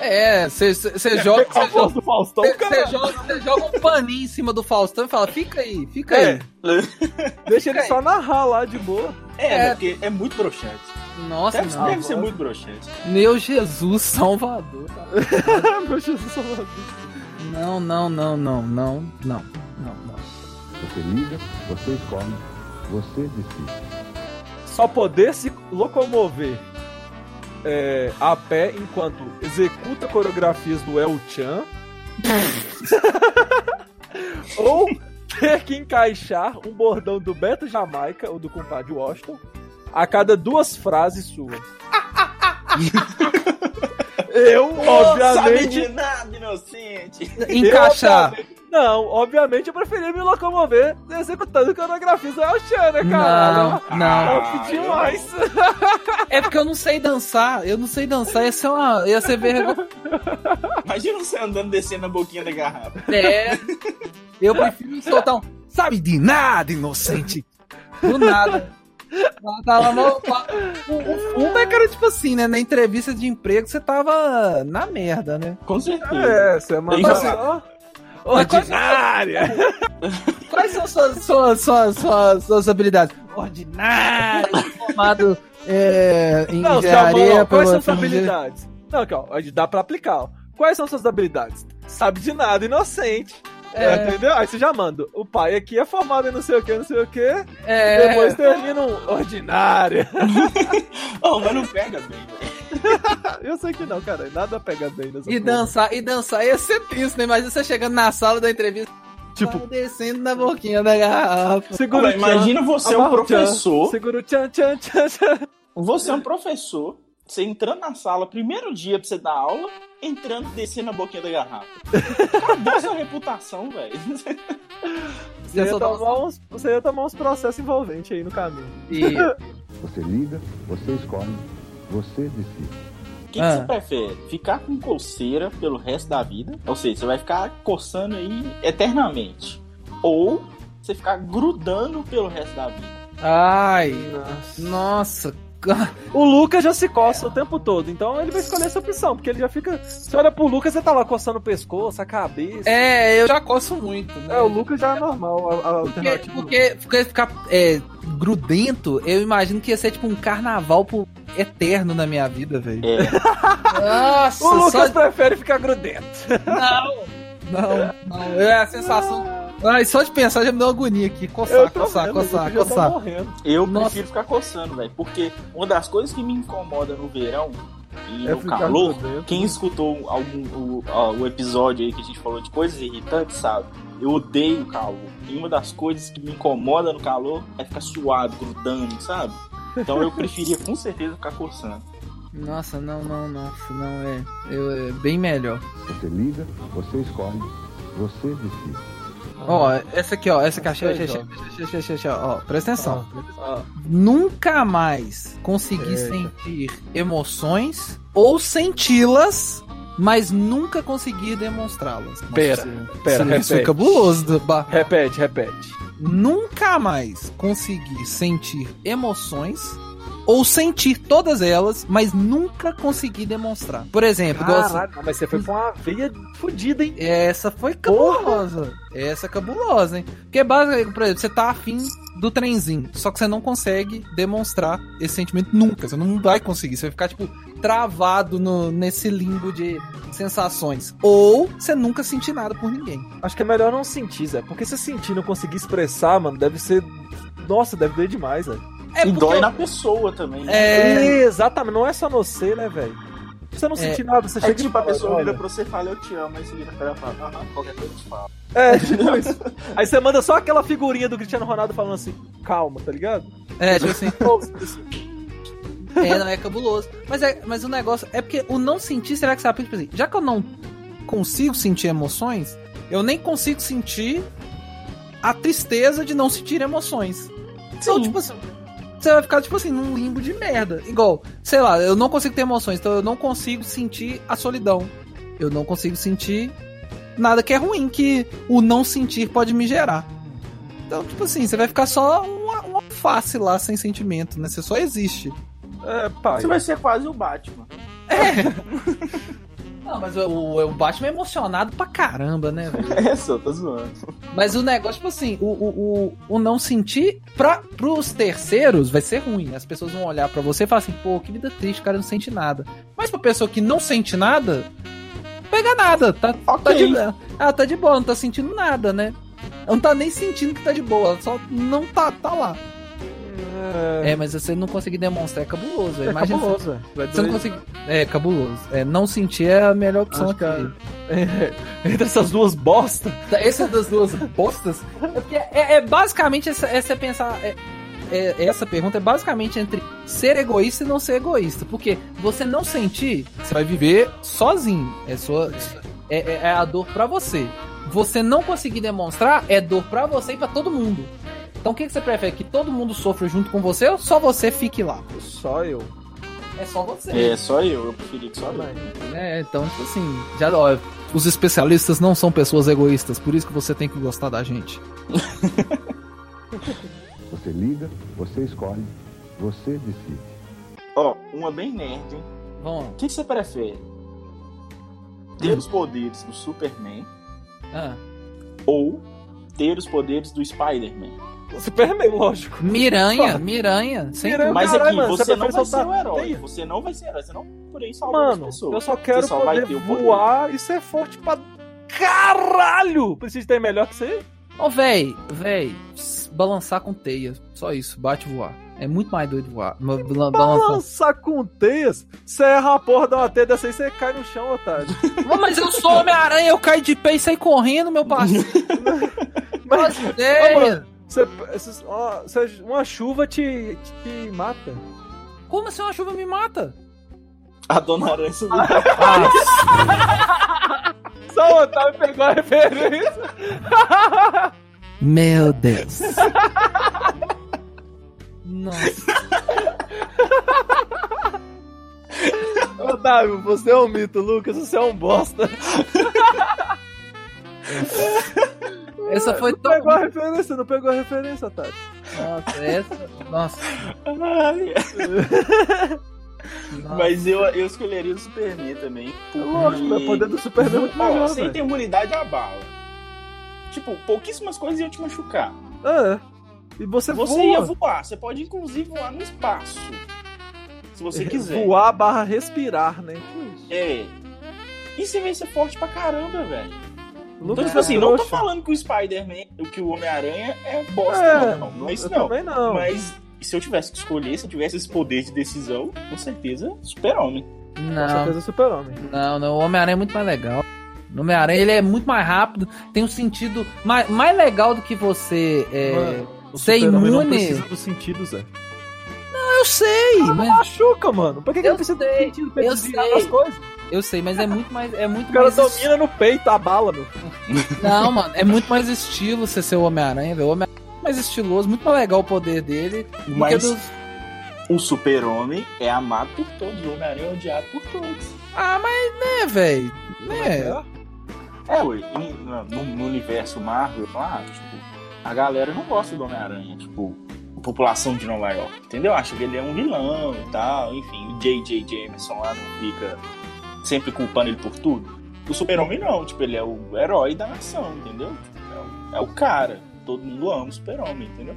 D: É, você joga.
B: A voz do Faustão,
D: Você
B: cara.
D: joga, cê joga um paninho em cima do Faustão e fala, fica aí, fica
B: É.
D: aí.
B: Deixa ele
D: Cara,
B: só narrar lá de boa.
A: É,
D: É.
A: né, porque é muito broxante.
D: Nossa,
A: deve
B: Ah,
D: não.
A: deve ser muito broxante.
D: Meu Jesus Salvador. cara.
B: Meu Jesus amado.
D: Não, não, não, não, não, não, não, não.
E: Você liga, você escolhe, você decide.
B: Só poder se locomover é, a pé enquanto executa coreografias do El Chan. ou ter que encaixar um bordão do Beto Jamaica ou do compadre Washington a cada duas frases suas. Eu,
A: Sabe
B: obviamente,
A: de nada, inocente.
D: Encaixar.
B: Não, obviamente eu preferia me locomover executando coreografias do El Chan, né, cara?
D: Não, não.
A: Ah,
B: Top demais.
D: É porque eu não sei dançar. Eu não sei dançar. Ia ser uma. Ia ser vergonha.
A: Imagina você andando descendo na boquinha da garrafa.
D: É. Eu prefiro soltar um. Sabe de nada, inocente! Do nada. Ela Tava no, o, o, o é cara, tipo assim, né? Na entrevista de emprego, você tava na merda, né?
A: Com certeza.
B: É, você
A: Tem que
B: manda. é Ordinária!
D: Quais são suas, suas, suas, suas, suas habilidades? Ordinário, formado é, em
B: Não,
D: engenharia
B: Samuel, quais
D: pela
B: são suas
D: Fama de-
B: habilidades? Não, aqui, ó, dá pra aplicar, ó. Quais são suas habilidades? Sabe de nada, inocente.
D: É.
B: Entendeu? Aí você já manda. O pai aqui é formado em não sei o que, não sei o que.
D: É,
B: Depois termina um ordinária.
A: Oh, mas não pega bem, velho.
B: Eu sei que não, cara. Nada pega bem nessa
D: e
B: porra.
D: dançar, e dançar ia ser triste, né? Imagina você chegando na sala da entrevista,
B: Tipo-
D: tipo, descendo na boquinha da garrafa.
B: Segura o
A: Agora,
B: tchan,
A: imagina você é um
B: amarra o tchan,
A: professor.
B: Segura o tchan, tchan, tchan, tchan.
A: Você é um professor. Você entrando na sala, primeiro dia pra você dar aula, entrando e descendo a boquinha da garrafa. Acabou sua reputação, velho.
B: Você ia, tomar uns, você ia tomar uns processos envolventes aí no caminho.
D: E-
E: Você liga, você escolhe, você decide.
A: O que, que
D: Ah.
A: você prefere? Ficar com coceira pelo resto da vida? Ou seja, você vai ficar coçando aí eternamente. Ou você ficar grudando pelo resto da vida.
D: Ai, nossa. ca-
B: O Lucas já se coça o tempo todo, então ele vai escolher essa opção, porque ele já fica. Você olha pro Lucas, você tá lá coçando o pescoço, a cabeça.
D: É, eu já coço muito, né?
B: É, o Lucas já é normal, a, a
D: Porque,
B: alternativa.
D: porque, porque ficar é, grudento, eu imagino que ia ser tipo um carnaval pro eterno na minha vida, velho.
A: É,
D: Nossa,
B: O Lucas
D: só...
B: prefere ficar grudento.
D: Não, não, não. É a sensação... Ai, só de pensar já me deu agonia aqui. Coçar, coçar,
B: vendo,
D: coçar,
B: eu já tô
D: coçar.
B: morrendo.
A: eu
D: Nossa.
A: prefiro ficar coçando, velho. Porque uma das coisas que me incomoda no verão e
B: É
A: no
B: ficar
A: um calor
B: grudento.
A: Quem escutou algum, o, a- o episódio aí que a gente falou de coisas irritantes, sabe? Eu odeio o calor. E uma das coisas que me incomoda no calor é ficar suado, grudando, sabe? Então eu preferia com certeza ficar coçando.
D: Nossa, não, não, nossa, não, é. Eu, é bem melhor.
E: Você liga, você escolhe, você decide.
D: Ó, essa aqui, ó, essa aqui, achei, achei,
B: Gostei,
D: achei, achei, achei, achei, achei, ó, presta atenção.
B: Ah,
D: Nunca mais consegui sentir emoções ou senti-las, mas nunca consegui demonstrá-las. Nossa,
B: Pera,
D: isso-
B: pera,
D: isso
B: repete.
D: é cabuloso. do ba-
B: repete, repete.
D: Nunca mais consegui sentir emoções ou sentir todas elas, mas nunca consegui demonstrar. Por exemplo, igual assim,
B: Caralho, mas você foi com uma veia fodida, hein?
D: essa foi cabulosa. Essa é cabulosa, hein? Porque basicamente, por exemplo, você tá afim do trenzinho, só que você não consegue demonstrar esse sentimento nunca. Você não vai conseguir. Você vai ficar, tipo, travado no- nesse limbo de sensações. Ou você nunca sentir nada por ninguém.
B: Acho que é melhor não sentir, Zé. Porque se sentir e não conseguir expressar, mano, deve ser. Nossa, deve doer demais, velho.
D: É
A: e
D: porque-
A: dói na pessoa também. né?
D: É.
B: Exatamente, não é só você, né, velho? Você não sentir nada, você
A: É
B: chega
A: tipo, a
B: e fala,
A: pessoa
B: olha.
A: vira pra você e fala, eu te amo, aí você vira pra ela e fala, aham, qualquer coisa eu te falo.
B: É, tipo isso. Aí você manda só aquela figurinha do Cristiano Ronaldo falando assim, calma, tá ligado?
D: É, tipo assim,
B: Ou, assim,
D: É, não, é cabuloso. Mas, é, mas o negócio é porque o não sentir, será que você aprende? Tipo assim, já que eu não consigo sentir emoções, eu nem consigo sentir a tristeza de não sentir emoções. Então, tipo assim, você vai ficar, tipo assim, num limbo de merda. Igual, sei lá, eu não consigo ter emoções, então eu não consigo sentir a solidão. Eu não consigo sentir nada que é ruim, que o não sentir pode me gerar. Então, tipo assim, você vai ficar só uma, uma face lá sem sentimento, né? Você só existe.
B: É, pai.
A: Você vai ser quase o Batman.
D: Não, mas o, o Batman é emocionado pra caramba, né, velho?
A: É, só tô zoando.
D: Mas o negócio, tipo assim, o, o, o, o não sentir pra, pros terceiros vai ser ruim. As pessoas vão olhar pra você e falar assim, pô, que vida triste, o cara não sente nada. Mas pra pessoa que não sente nada, não pega nada. Tá, tá
A: Ok.
D: de, ela tá de boa, não tá sentindo nada, né? Ela Não tá nem sentindo que tá de boa, ela só não tá, tá lá.
B: É,
D: É, mas você não conseguir demonstrar é cabuloso.
B: é,
D: velho. Imagina se-
B: cabuloso, velho. Vai
D: você não
B: doer.
D: conseguir. É, cabuloso. É, não sentir é a melhor opção
B: Acho que
D: aqui.
B: Entre essas duas bostas.
D: Tá, Essa das duas postas. É, porque é- é basicamente essa, essa é pensar. é- é- essa pergunta é basicamente entre ser egoísta e não ser egoísta. Porque você não sentir, você vai viver sozinho. É, sua, é, é- é a dor pra você. Você não conseguir demonstrar é dor pra você e pra todo mundo. Então o que, que você prefere? Que todo mundo sofra junto com você ou só você fique lá?
B: Só eu.
D: É só você.
A: É, só eu. Eu preferi que só eu.
D: É, então, tipo assim, já, ó, os especialistas não são pessoas egoístas, por isso que você tem que gostar da gente.
E: Você liga, você escolhe, você decide.
A: Ó, uma bem nerd, hein?
D: Vamos.
A: O que, que você prefere? Ter os poderes do Superman
D: Ah.
A: ou ter os poderes do Spider-Man?
B: Superman, lógico.
D: Miranha, Miranha. Sem dúvida.
B: Miranha.
A: Mas
B: Caralho,
A: aqui,
B: mano,
A: você,
B: você
A: não vai
B: prefere
A: ser
B: soltar
A: o herói.
B: teia?
A: Você não vai ser herói. Você não por aí salvar as
B: Mano,
A: pessoas.
B: eu só quero
A: Você só vai
B: poder
A: ter o poder.
B: voar e ser forte pra caralho. Preciso ter melhor que você?
D: Ô, véi, véi, pss, balançar com teia. Só isso, bate e voar. É muito mais doido voar. Ma- bala- Balançar.
B: Balançar com teias? Serra a porra de uma teia dessa aí, você cai no chão, otário.
D: Ô, Mas eu sou Homem-Aranha, eu caio de pé e saio correndo, meu parceiro.
B: Mas
D: É,
B: Ô, mano. você- esses- ó, você- uma chuva te, te- te mata.
D: como assim uma chuva me mata?
A: A Dona Aranha subiu pra
B: Só o Otávio pegou a referência.
D: Meu Deus. Nossa.
B: Otávio, você é um mito, Lucas, você é um bosta.
D: Essa foi
B: Não
D: tão.
B: pegou a referência, não pegou a referência, tá? Otávio.
D: Nossa, essa. Nossa.
A: caralho.
D: nossa.
A: Mas eu, eu escolheria o Superman também. porque-
B: É Lógico, o poder do Superman é muito
A: Ó,
B: melhor,
A: sem
B: velho.
A: ter imunidade à bala. Tipo, pouquíssimas coisas iam te machucar.
B: Ah, e você,
A: Você
B: voa.
A: ia voar. Você pode, inclusive, voar no espaço. Se você quiser.
B: Voar barra respirar, né?
A: É. E você vai ser forte pra caramba, velho. Então,
B: Lucas
A: tipo assim,
B: é
A: não tô
B: trouxa.
A: falando que o Spider-Man, o que o Homem-Aranha é bosta,
B: É,
A: não. Não é isso,
B: Eu
A: não.
B: também não.
A: Mas se eu tivesse que escolher, se eu tivesse esse poder de decisão, com certeza, super-homem.
B: Com
D: Não,
B: certeza é super-homem.
D: Não, não, o Homem-Aranha é muito mais legal. O Homem-Aranha ele é muito mais rápido, tem um sentido mais, mais legal do que você. É...
B: Mano, O
D: Ser
B: super-homem não
D: imune?
B: precisa dos sentidos, Zé.
D: Eu sei, mas
B: Machuca, mano. Por que, que
D: Eu
B: ele precisa dos
D: sei,
B: sentidos pra
D: eu
B: ele desviar
D: sei.
B: das coisas?
D: eu sei, mas é muito mais, é muito
B: O cara
D: mais. es-
B: domina no peito a bala, meu.
D: Não, mano, é muito mais estilo você ser o Homem-Aranha, velho. O Homem-Aranha é muito mais estiloso, muito mais legal o poder dele. do que
A: Mas-
D: dos-
A: O super-homem é amado por todos, o Homem-Aranha é odiado por todos.
D: Ah, mas né, velho. Né?
A: É, ué, em- no, no universo Marvel lá, tipo, a galera não gosta do Homem-Aranha, tipo, a população de Nova York, entendeu? Acha que ele é um vilão e tal, enfim, o J.J. Jameson lá não fica sempre culpando ele por tudo. O super-homem não, tipo, ele é o herói da nação, entendeu? Tipo, é, o, é o cara, todo mundo ama o super-homem, entendeu?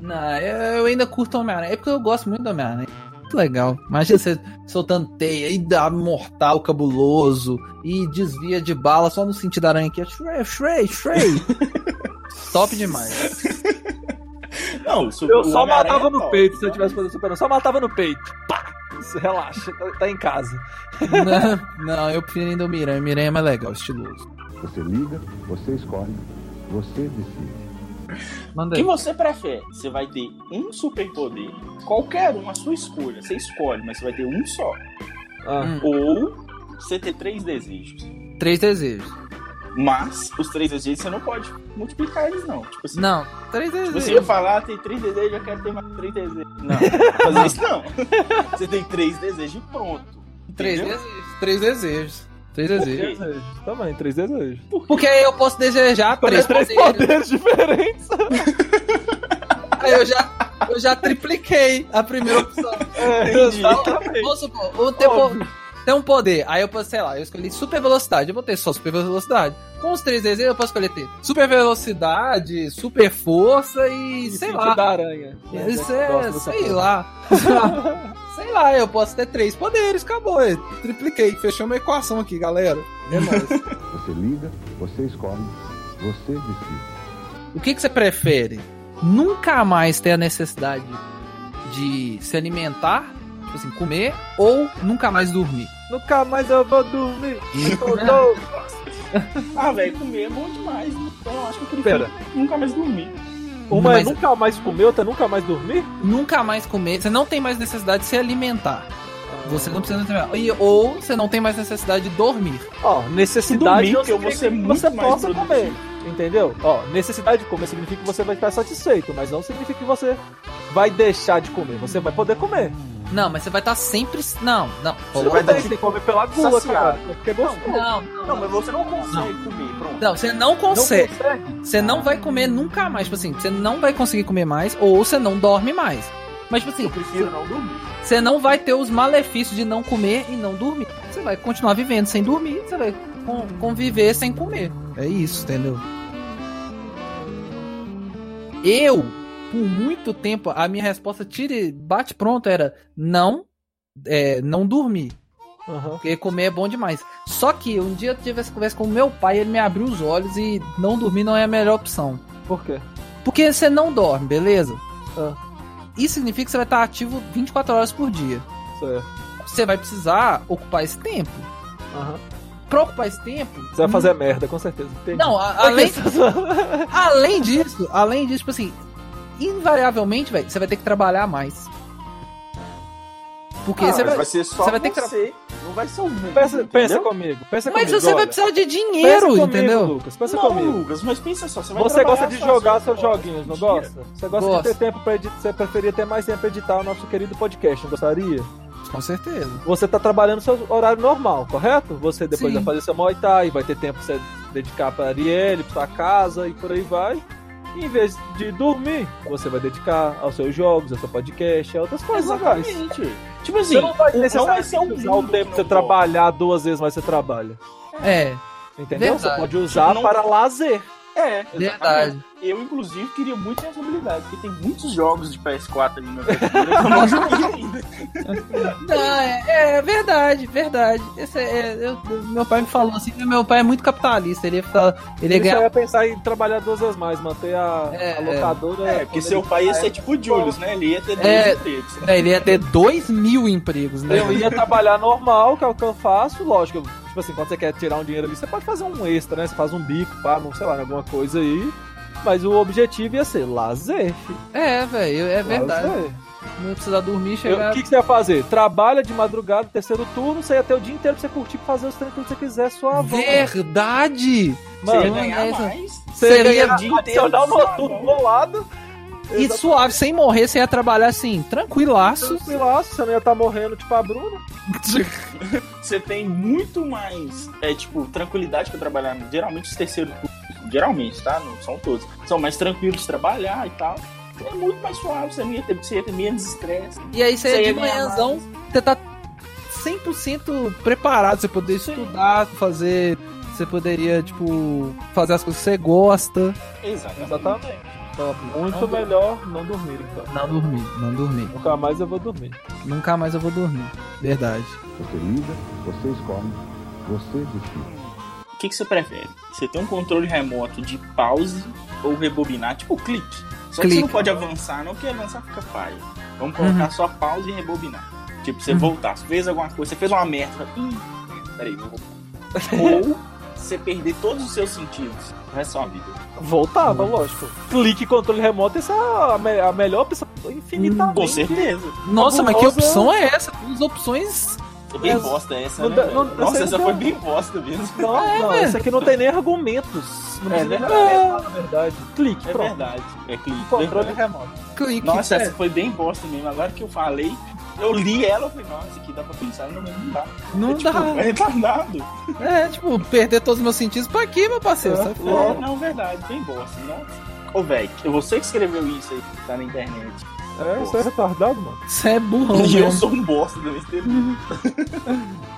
D: Não, eu, eu ainda curto o Homem-Aranha. É porque eu gosto muito do Homem-Aranha. Muito legal. Imagina você soltando teia e dá mortal cabuloso e desvia de bala só no sentido aranha aqui. É Shrey, Shrey, Shrey. Top demais.
A: Não, o super-
B: Eu
A: o
B: só
A: Homem-Aranha
B: matava
A: é
B: no
A: top,
B: peito se eu
A: né?
B: tivesse poder super-homem. Só matava no peito. Pá! Isso, Relaxa, tá- tá em casa.
D: Não, não, eu prefiro ainda o Miranha. Miranha é mais legal, estiloso.
E: Você liga, você escolhe, você decide.
D: Manda
A: O que
D: aí.
A: você prefere? Você vai ter um superpoder, qualquer um, a sua escolha. Você escolhe, mas você vai ter um só.
B: Ah,
D: Hum.
A: Ou você ter três desejos.
D: Três desejos.
A: Mas os três desejos você não pode multiplicar eles, não. Tipo assim,
D: Não, três
A: você ia
D: desejos.
A: falar, ah, tem três desejos, eu quero ter mais três desejos. Não, fazer isso não. Você tem três desejos e pronto.
D: Três
A: Entendeu?
D: desejos. Três desejos. Três desejos.
A: Ok.
B: desejos. Também, três desejos.
D: Porque aí eu posso desejar três,
B: Três, três
D: poderes.
B: poderes diferentes.
D: Aí eu já, eu já tripliquei a primeira opção. Vamos supor, eu tenho po- tenho um poder. Aí eu posso, sei lá, eu escolhi super velocidade. Eu vou ter só super velocidade. Com os três desejos eu posso escolher ter super velocidade, super força e sei
B: Sentido
D: lá.
B: da aranha.
D: Isso
B: Eu
D: é,
B: Né? gosto dessa
D: sei
B: coisa.
D: lá. sei lá, eu posso ter três poderes, acabou. Eu tripliquei, fechou uma equação aqui, galera. É nóis.
E: Você liga, você escolhe, você decide.
D: o que, que você prefere? Nunca mais ter a necessidade de se alimentar, tipo assim, comer, ou nunca mais dormir?
B: Nunca mais eu vou dormir. Tô louco.
A: Ah, velho, comer é bom demais. Então eu acho que eu prefiro
B: Pera,
A: nunca mais dormir.
B: uma
D: Mas-
B: é nunca mais comer, outra é nunca mais dormir?
D: Nunca mais comer, você não tem mais necessidade de se alimentar. Você não precisa se alimentar. E- Ou você não tem mais necessidade de dormir.
B: Ó, necessidade
A: Se dormir,
B: eu
A: que eu vou ser muito
B: você
A: mais
B: possa
A: produtivo.
B: comer. Entendeu? Ó, necessidade de comer significa que você vai estar satisfeito, mas não significa que você vai deixar de comer. Você vai poder comer.
D: Não, mas você vai estar sempre. Não, não.
A: Você vai
B: Você
A: dar
B: tem que comer pela gula,
A: saciado.
B: cara. Porque é gostoso.
D: Não,
A: Não, mas você não consegue comer, pronto.
D: não, você não
B: Não
D: consegue.
B: consegue.
D: Você não vai comer nunca mais. Tipo assim, você não vai conseguir comer mais ou você não dorme mais. Mas, tipo assim,
A: Eu prefiro não dormir.
D: você não vai ter os malefícios de não comer e não dormir. Você vai continuar vivendo sem dormir, você vai con- conviver sem comer. É isso, entendeu? Eu, por muito tempo, a minha resposta tire, bate pronto era não, é, não dormir.
B: Aham.
D: Porque comer é bom demais. Só que um dia eu tive essa conversa com o meu pai, ele me abriu os olhos e não dormir não é a melhor opção.
B: Por quê?
D: Porque você não dorme, beleza?
B: Ah.
D: Isso significa que você vai estar ativo 24 horas por dia.
B: Certo.
D: Você vai precisar ocupar esse tempo.
B: é. Aham.
D: Pra ocupar esse tempo.
B: Você vai fazer merda, com certeza. Entendi.
D: Hum. Não, a- além,
B: tá
D: além disso, além disso, tipo assim, invariavelmente, velho, você vai ter que trabalhar mais. Porque
A: Ah,
D: você
A: mas
D: vai.
A: vai ser só
D: você
A: você.
D: vai ter que tra-
A: Não vai ser o mundo.
B: Pensa, pensa
A: entendeu?
B: comigo, pensa
D: Mas
B: comigo.
D: você vai
B: olha.
D: precisar de
B: Pensa
D: dinheiro,
B: comigo,
D: entendeu?
B: Lucas, pensa
A: não,
B: comigo.
A: Lucas, mas pensa só, você vai
B: Você gosta
A: trabalhar
B: de
A: só
B: jogar
A: suas
B: seus
A: horas
B: joguinhos, não
A: por dia.
B: gosta? Você gosta
D: Gosto.
B: de ter tempo pra editar, você preferia ter mais tempo pra editar o nosso querido podcast, não gostaria?
D: Com certeza.
B: Você tá trabalhando seu horário normal, correto? Você depois
D: Sim.
B: vai fazer seu Muay Thai, vai ter tempo pra você dedicar pra Ariel, pra sua casa e por aí vai. E em vez de dormir, você vai dedicar aos seus jogos, ao seu podcast, a outras coisas legais.
A: Exatamente. Tipo assim,
B: Você não vai
A: não vai
B: necessariamente
A: ser um
B: usar o
A: mundo
B: tempo
A: que
B: pra é você
A: não
B: trabalhar duas vezes, mas você trabalha.
D: É,
B: Entendeu? Você
D: Verdade.
B: pode usar
A: Não-
B: para lazer.
A: É, exatamente.
D: verdade.
A: Eu, inclusive, queria muito essa habilidade, porque tem muitos jogos de PS4 ali na minha vida que eu não joguei ainda.
D: Não, é, é verdade, verdade. Esse é- é- eu- meu pai me falou assim, que meu pai é muito capitalista, ele ia, falar, ele ia
B: Ele só
D: ganhar.
B: ia pensar em trabalhar duas vezes mais, manter a,
D: É,
B: a locadora.
A: É, porque
B: quando
A: seu
B: ele-
A: pai ia ser tipo o Julius, né? Ele ia ter dois
D: É.
A: empregos.
D: né, Ele ia ter dois mil empregos, né?
B: Eu ia trabalhar normal, que é o que eu faço, lógico. eu- Tipo assim, quando você quer tirar um dinheiro ali, você pode fazer um extra, né? Você faz um bico, pá, não sei lá, alguma coisa aí. Mas o objetivo ia ser lazer. filho,
D: É, velho, é verdade.
B: lazer.
D: Não ia precisar dormir,
B: Eu- O
D: chegar.
B: que, que você ia fazer? Trabalha de madrugada, terceiro turno, você ia ter o dia inteiro pra você curtir, pra fazer os treinos que você quiser, sua avó.
D: Verdade!
A: Você ia
B: Mano,
D: Sim.
A: ganhar
D: essa-
A: mais.
B: você
D: Seria
B: ia
A: o dia inteiro
B: adicionar o noturno
A: suave.
B: bolado.
D: E suave, sem morrer, você ia trabalhar assim, tranquilaço.
B: Tranquilaço, você não ia estar morrendo tipo a Bruna.
A: Você tem muito mais, é, tipo, tranquilidade pra trabalhar. Geralmente os terceiros turnos, geralmente, tá? Não são todos. São mais tranquilos de trabalhar e tal. É muito mais suave, você não ia ter, você ia ter menos estresse.
D: E aí você,
A: Você
D: de
A: ia ganhar
D: manhãzão, você tá 100% preparado, você poder estudar, fazer. Você poderia, tipo, fazer as coisas que você gosta.
A: Exato.
B: Exatamente.
D: Top.
B: Muito
D: Não-
B: melhor não dormir, então.
D: Não dormi, não dormi.
B: Nunca mais eu vou dormir.
D: Nunca mais eu vou dormir. Verdade.
E: Você liga, você escolhe, você decide.
A: O que, que você prefere? Você tem um controle remoto de pause ou rebobinar, tipo clique. Só que
D: Clique.
A: você não pode avançar, não, porque avançar fica paia. Vamos
B: Uhum.
A: colocar só pause e rebobinar. Tipo, você voltar, você fez alguma coisa, você fez uma merda. Ih, peraí, vou voltar. ou você perder todos os seus sentidos. O resto da sua vida.
B: Voltava, lógico. Clique controle remoto, essa é a, me- a melhor opção infinitamente.
A: Com certeza.
D: Nossa, mas que
B: Fabulosa.
D: opção é essa? As opções.
A: É bem
B: Mas-
A: bosta essa,
B: não
A: né?
B: dá-
A: velho?
B: não-
A: Nossa,
B: você
A: essa
B: não
A: foi
B: dá-
A: bem bosta mesmo.
B: Não, Então, não,
D: velho.
B: isso aqui não tem nem argumentos. Não
A: É
B: precisa nem
A: verdade.
B: argumentar, na verdade. Clique,
A: É
B: pronto.
A: verdade. É clique.
B: Controle
A: verdade.
B: remoto.
D: Clique.
A: Nossa,
D: é.
A: essa foi bem bosta mesmo. Agora que eu falei, eu li ela e falei, nossa, aqui dá pra pensar, não, não dá.
D: não
A: é, tipo,
D: dá.
A: É retardado.
D: É, tipo, perder todos os meus sentidos pra quê, meu parceiro? é- Sai fora.
A: né? É, não, verdade, bem bosta, nossa. Ô, velho, você que escreveu isso aí, que tá na internet.
B: É, você é retardado, mano.
D: Você é burrão,
A: E eu
D: mesmo.
A: sou um bosta também. você tem-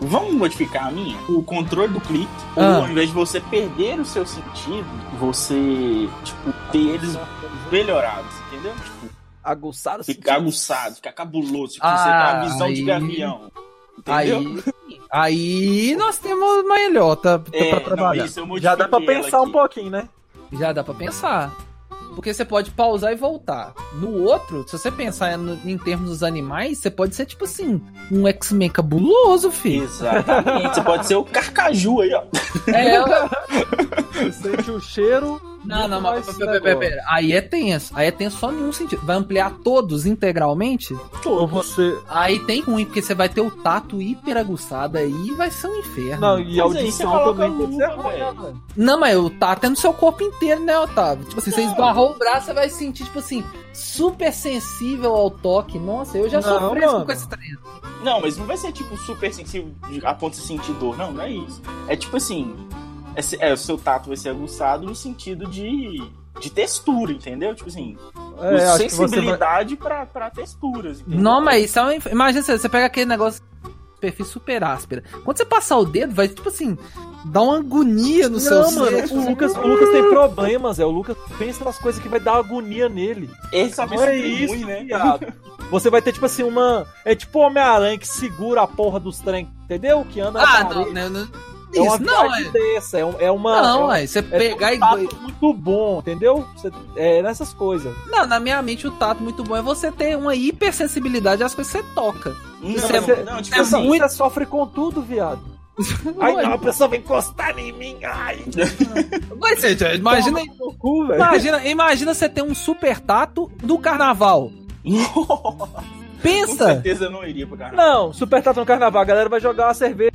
A: Vamos modificar a minha? O controle do clique.
D: Ah.
A: Ou ao invés de você perder o seu sentido, você, tipo, ter eles melhorados, entendeu? Tipo,
B: Aguçado.
A: ficar aguçado, ficar cabuloso. Tipo,
D: Ah,
A: você tá a visão de
D: aí-
A: gavião. Entendeu?
D: Aí, aí nós temos melhor tá, tá
A: É,
D: pra
A: não,
D: trabalhar.
A: isso eu modifiquei
B: Já dá pra pensar
A: ela
B: um
A: aqui.
B: pouquinho, né?
D: Já dá pra pensar. Porque você pode pausar e voltar. No outro, se você pensar no- em termos dos animais, você pode ser tipo assim, um X-Men cabuloso, filho.
A: Exatamente. Você pode ser o carcaju aí, ó.
D: É, eu-
B: Você sente o cheiro.
D: não, não, mas
B: Mas
D: pera, pera, pera. aí é tenso. Aí é tenso só em um sentido. Vai ampliar todos integralmente?
B: Ou você.
D: Aí tem ruim, porque você vai ter o tato hiper aguçado aí vai ser um inferno.
B: Não, e a
A: Mas aí você
B: audição
A: coloca
B: também.
A: luva,
B: tem que ser ruim, né,
A: velho.
B: velho?
D: Não, mas o tato é no seu corpo inteiro, né, Otávio? Tipo assim, você
A: Não.
D: esbarrou o braço, você vai sentir, tipo assim, super sensível ao toque. Nossa, eu já
B: Não,
D: sou fresco
B: mano.
D: com esse trem.
A: Não, mas não vai ser tipo super sensível de- a ponto de sentir dor, não, não é isso. É tipo assim, é se- é, o seu tato vai ser aguçado no sentido de, de textura, entendeu? Tipo assim,
B: É, acho que você vai.
A: sensibilidade pra, pra texturas, entendeu?
D: Não, mas isso é uma inf- imagina, você, você pega aquele negócio perfil super áspera. Quando você passar o dedo, vai, tipo assim, dar uma agonia no seu
B: Não, mano,
D: ser.
B: o Lucas, o Lucas tem problemas, é. O Lucas pensa nas coisas que vai dar agonia nele.
A: Esse sabe
B: Não é
A: sempre
B: isso,
A: ruim, né?
B: viado. Você vai ter, tipo assim, uma. É tipo Homem-Aranha que segura a porra dos trem, entendeu? Que anda na
D: Ah,
B: parede.
D: não, não, não.
B: É uma
D: Isso, não,
B: viagem
D: é.
B: dessa, é, um- é uma.
D: Não,
B: é,
D: é. Você pegar
B: um
D: e.
B: tato muito bom, entendeu? Você- é nessas coisas.
D: Não, na minha mente, o tato muito bom é você ter uma hipersensibilidade às coisas que você toca.
A: Não,
D: Isso
A: não,
B: é-
A: não, tipo
B: Você
A: assim,
B: muito sofre com tudo, viado. Ai,
D: Ué.
B: não, a pessoa vai encostar em mim. Ai, Tá,
D: Mas, gente, imagina,
B: toma no cu, velho.
D: imagina, imagina você ter um super tato do carnaval.
A: com
D: Pensa!
A: certeza eu não iria pro carnaval.
B: Não, super tato no carnaval. A galera vai jogar a cerveja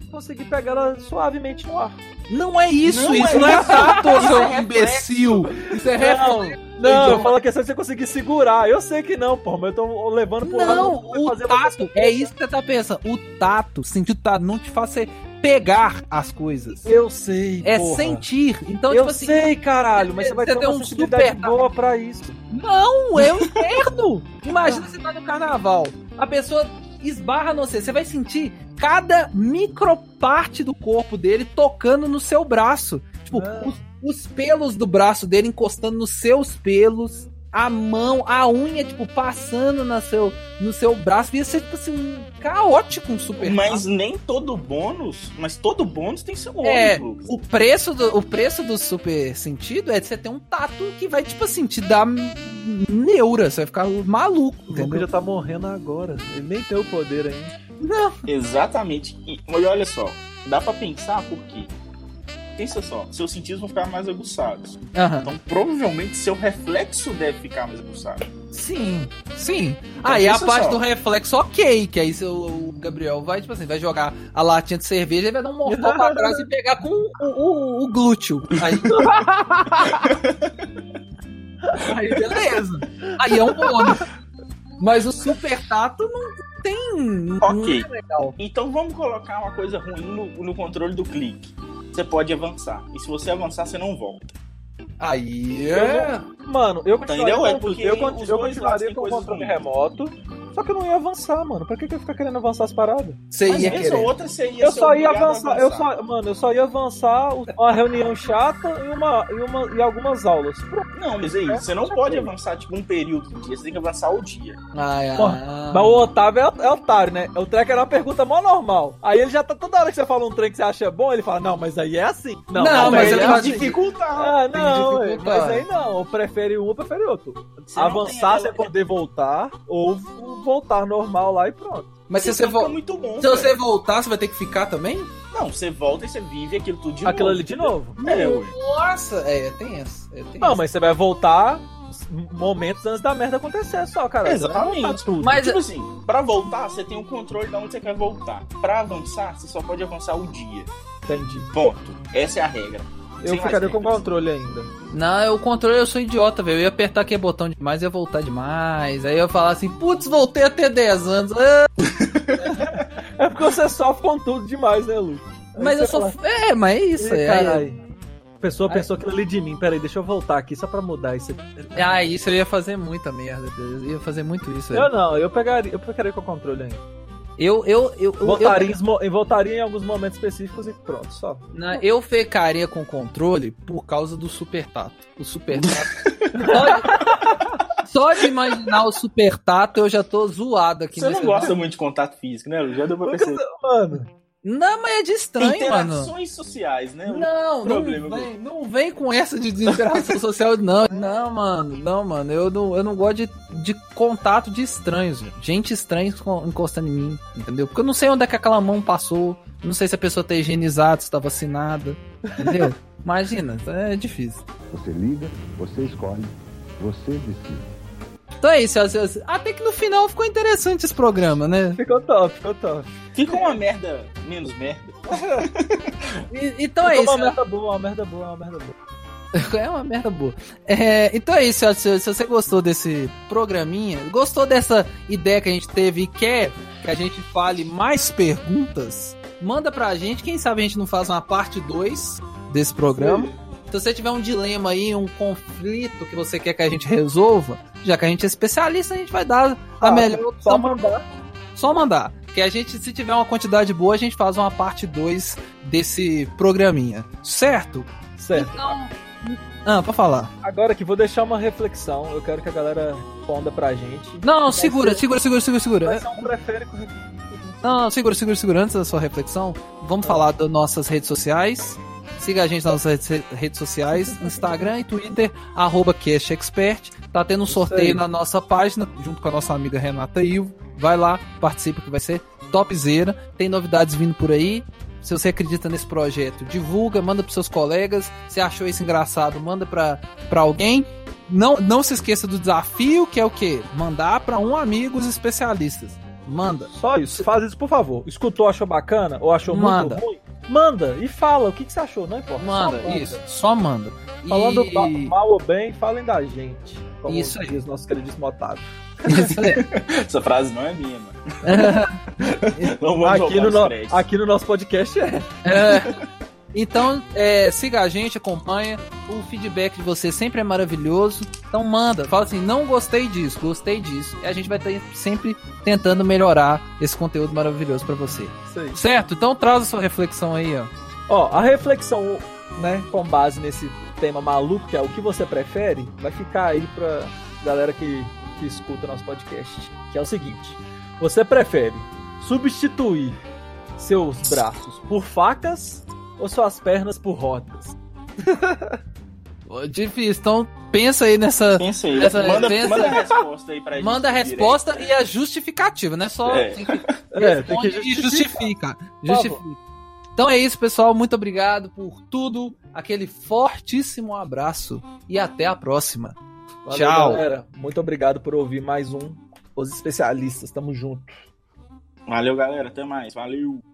B: e conseguir pegar ela suavemente no ar.
D: Não é isso,
A: Não
D: isso
A: é
D: não é tato,
A: Isso
D: seu
A: é reflexo.
D: imbecil. Isso é reflexo.
B: Não, Então, eu
D: idiota.
B: falo a questão de você conseguir segurar. Eu sei que não, porra, mas eu tô levando pro lado.
D: Não,
B: vai
D: o
B: fazer você
D: tato, é isso que você tá pensando. O tato, sentir o tato, não te faz você pegar as coisas.
B: Eu sei.
D: É
B: porra.
D: sentir. Então,
B: eu
D: tipo assim,
B: sei, caralho, mas você vai
D: você
B: ter
D: tem
B: uma
D: um
B: sensibilidade
D: super-
B: boa pra isso.
D: não, eu entendo. Imagina você tá no carnaval, a pessoa esbarra no você, você vai sentir cada microparte do corpo dele tocando no seu braço. Tipo,
B: Não.
D: os, os pelos do braço dele encostando nos seus pelos. A mão, a unha, tipo, passando na seu, no seu braço. Ia ser, tipo assim, um caótico um super
A: Mas nem todo bônus, mas todo bônus tem seu ônus,
D: É,
A: Lucas.
D: O preço, do, o preço do super sentido é de você ter um tato que vai, tipo assim, te dar neura, você vai ficar maluco,
B: O Lucas
D: entendeu?
B: já tá morrendo agora. Ele nem tem o poder ainda.
D: Não.
A: Exatamente. E, mas olha só, dá pra pensar porque. Pensa só, seus sentidos vão ficar mais aguçados.
D: Aham.
A: Então provavelmente seu reflexo deve ficar mais aguçado.
D: Sim, sim. Aí Ah, a
A: pensa
D: parte
A: só.
D: do reflexo, ok, que aí seu, o Gabriel vai, tipo assim, vai jogar a latinha de cerveja e vai dar um mortal pra trás e pegar com o, o, o glúteo. Aí... aí, beleza. Aí é um bônus. Mas o super tato não tem... não
A: Ok.
D: é legal.
A: Então vamos colocar uma coisa ruim no, no controle do clique. Você pode avançar. E se você avançar, você não volta.
D: Aí
B: é- Mano, eu continuaria,
A: Entendeu? É
B: com-
A: porque
B: eu, con-
A: os
B: eu
A: dois lados
B: continuaria
A: têm
B: com o
A: coisas
B: controle
A: ruins.
B: remoto, só que eu não ia avançar, mano. Pra que, que eu ia ficar querendo avançar as paradas?
D: Você
A: Mas
D: ia
A: vez ou
D: querer.
A: outra você ia
B: Eu
A: ser
B: só ia
A: obrigado a
B: avançar, eu só, mano, eu só ia avançar uma reunião chata e, uma, e, uma, e algumas aulas. Pronto.
A: Não, mas é isso. Você não pode avançar tipo um período do dia. Você tem que avançar o dia.
D: Ai, ai. Ah.
B: Mas o Otávio é, é otário, né? O treco era uma pergunta mó normal. Aí ele já tá toda hora que você fala um trem que você acha bom, ele fala, não, mas aí é assim. Não,
D: Não, Ah, mas
A: aí
D: ele
A: é
D: não
A: uma
D: tem-
A: dificuldade.
B: assim. Ah, não,
D: Tem
B: ué,
D: dificuldade.
B: mas aí não. Prefere um, prefere outro.
A: Você não
B: Avançar,
A: tem
B: você
A: aquela-
B: poder voltar, ou v- voltar normal lá e pronto.
D: Mas se
A: Então
D: você,
A: fica
D: vo...
A: muito bom.
D: se
A: cara.
D: você voltar, você vai ter que ficar também?
A: Não, você volta e você vive aquilo tudo de
B: Aquilo ali
A: novo.
B: de novo.
A: É, ué.
D: Nossa, é, tem essa. É, tem
B: Não,
D: essa.
B: mas você vai voltar momentos antes da merda acontecer só, cara. Você vai voltar
A: Exatamente.
B: tá tudo.
D: Mas-
A: tipo assim, pra voltar, você tem o controle de onde você quer voltar. Pra avançar, você só pode avançar o dia.
B: Entendi.
A: Ponto. Essa é a regra. Sem
B: Eu
A: mais
B: ficaria com o
A: regras.
B: controle ainda.
D: Não, eu- o controle eu sou idiota, velho. Eu ia apertar aquele botão demais, ia voltar demais. Aí eu ia falar assim, putz, voltei até 10 anos. Ah,
B: É porque você sofre com tudo demais, né, Lu? Aí
D: mas
B: você
D: eu sou.
B: fala,
D: É, mas é isso.
B: "Ih,
D: é, aí-
B: caralho." A pessoa pensou aquilo ali de mim. Peraí, deixa eu voltar aqui só pra mudar isso aqui.
D: Ah, isso eu ia fazer muita merda. Eu ia fazer muito isso.
B: Eu
D: velho.
B: não, eu pegaria, eu pegaria com o controle ainda.
D: Eu, eu, eu, eu,
B: Voltaria, em esmo- em, voltaria em alguns momentos específicos e pronto, só.
D: eu, não, eu ficaria com o controle por causa do super tato. O super tato. só, de, só de imaginar o super tato eu já tô zoado aqui.
A: Você
D: nesse-
A: não gosta muito de contato físico, né, Lu? Já deu pra
B: Porque,
A: perceber.
B: mano,
D: Não, mas é de estranho, mano.
A: Interações sociais,
D: É
A: né? Lu?
D: Não, não
A: Problema
D: vem, não vem com essa de desinteração social, não. Não, mano, não, mano. Eu não, eu não gosto de, de contato de estranhos. velho. Gente estranha enco- encostando em mim, entendeu? Porque eu não sei onde é que aquela mão passou. Não sei se a pessoa tá higienizada, se tá vacinada. Entendeu? Imagina, é difícil.
E: Você liga, você escolhe, você decide.
D: Então é isso, senhoras e senhores. Até que no final ficou interessante esse programa, né?
B: ficou top, ficou top.
D: Então
A: Fica uma merda menos merda.
D: E- então é
B: Ficou
D: isso.
B: uma merda boa, uma merda boa, uma merda boa.
D: É uma merda boa. É, então é isso, senhoras e senhores. se você gostou desse programinha, gostou dessa ideia que a gente teve e quer que a gente fale mais perguntas, manda pra gente. Quem sabe a gente não faz uma parte 2 desse programa. Se você tiver um dilema aí, um conflito que você quer que a gente resolva, já que a gente é especialista, a gente vai dar a
B: Ah,
D: Tá melhor Então opção.
B: Só mandar.
D: Só mandar. Que a gente, se tiver uma quantidade boa, a gente faz uma parte 2 desse programinha. Certo?
B: Certo.
D: Então. Ah, pra falar.
B: Agora que vou deixar uma reflexão, eu quero que a galera responda pra gente.
D: Não, não,
B: Vai
D: segura,
B: ser-
D: segura, segura, segura, segura.
B: Vai ser um prefere com
D: Não, não, segura, segura, segura. Antes da sua reflexão, vamos falar das nossas redes sociais. Siga a gente nas nossas redes- redes sociais, Instagram e Twitter, arroba CastExpert. Tá tendo um sorteio
B: aí.
D: na nossa página, junto com a nossa amiga Renata Ivo. Vai lá, participa que vai ser topzera. Tem novidades vindo por aí. Se você acredita nesse projeto, divulga, manda pros seus colegas. Se achou isso engraçado, manda pra, pra alguém. Não, não se esqueça do desafio, que é o quê? Mandar pra um amigo os especialistas. Manda.
B: Só isso, faz isso por favor. Escutou, achou bacana ou achou
D: Manda.
B: muito ruim? Manda e fala o que, que você achou, não importa.
D: Manda,
B: Só manda.
D: isso, só manda.
B: Falando
D: E-
B: ba- mal ou bem, falem da gente. Como
D: Isso aí.
B: diz nosso queridíssimo Otávio.
D: Isso aí.
A: Essa frase não é minha, mano. Não vamos
B: Aqui
A: roubar
B: no,
A: os
B: no-
A: créditos.
B: aqui no nosso podcast é.
D: É. Então, é, siga a gente, acompanha. O feedback de você sempre é maravilhoso. Então manda, fala assim, não gostei disso, gostei disso. E a gente vai estar sempre tentando melhorar esse conteúdo maravilhoso pra você.
B: Isso aí.
D: Certo? Então traz a sua reflexão aí, ó.
B: Ó, a reflexão, né, com base nesse tema maluco, que é o que você prefere, vai ficar aí pra galera que, que escuta nosso podcast. Que é o seguinte: você prefere substituir seus braços por facas ou suas pernas por rodas?
D: Ô, Difícil. Então pensa aí nessa.
A: Pensa aí.
D: Essa-
A: manda,
D: pensa-
A: manda a resposta aí pra gente.
D: Manda a
A: direito.
D: resposta e a justificativa, né? Só
A: É.
D: tem que
B: É, tem que
D: responde e justifica. Justifica.
B: Por
D: Então é isso, pessoal. Muito obrigado por tudo. Aquele fortíssimo abraço e até a próxima.
B: Valeu,
D: Tchau.
B: galera. Muito obrigado por ouvir mais um Os Especialistas. Tamo junto.
A: Valeu, galera. Até mais. Valeu.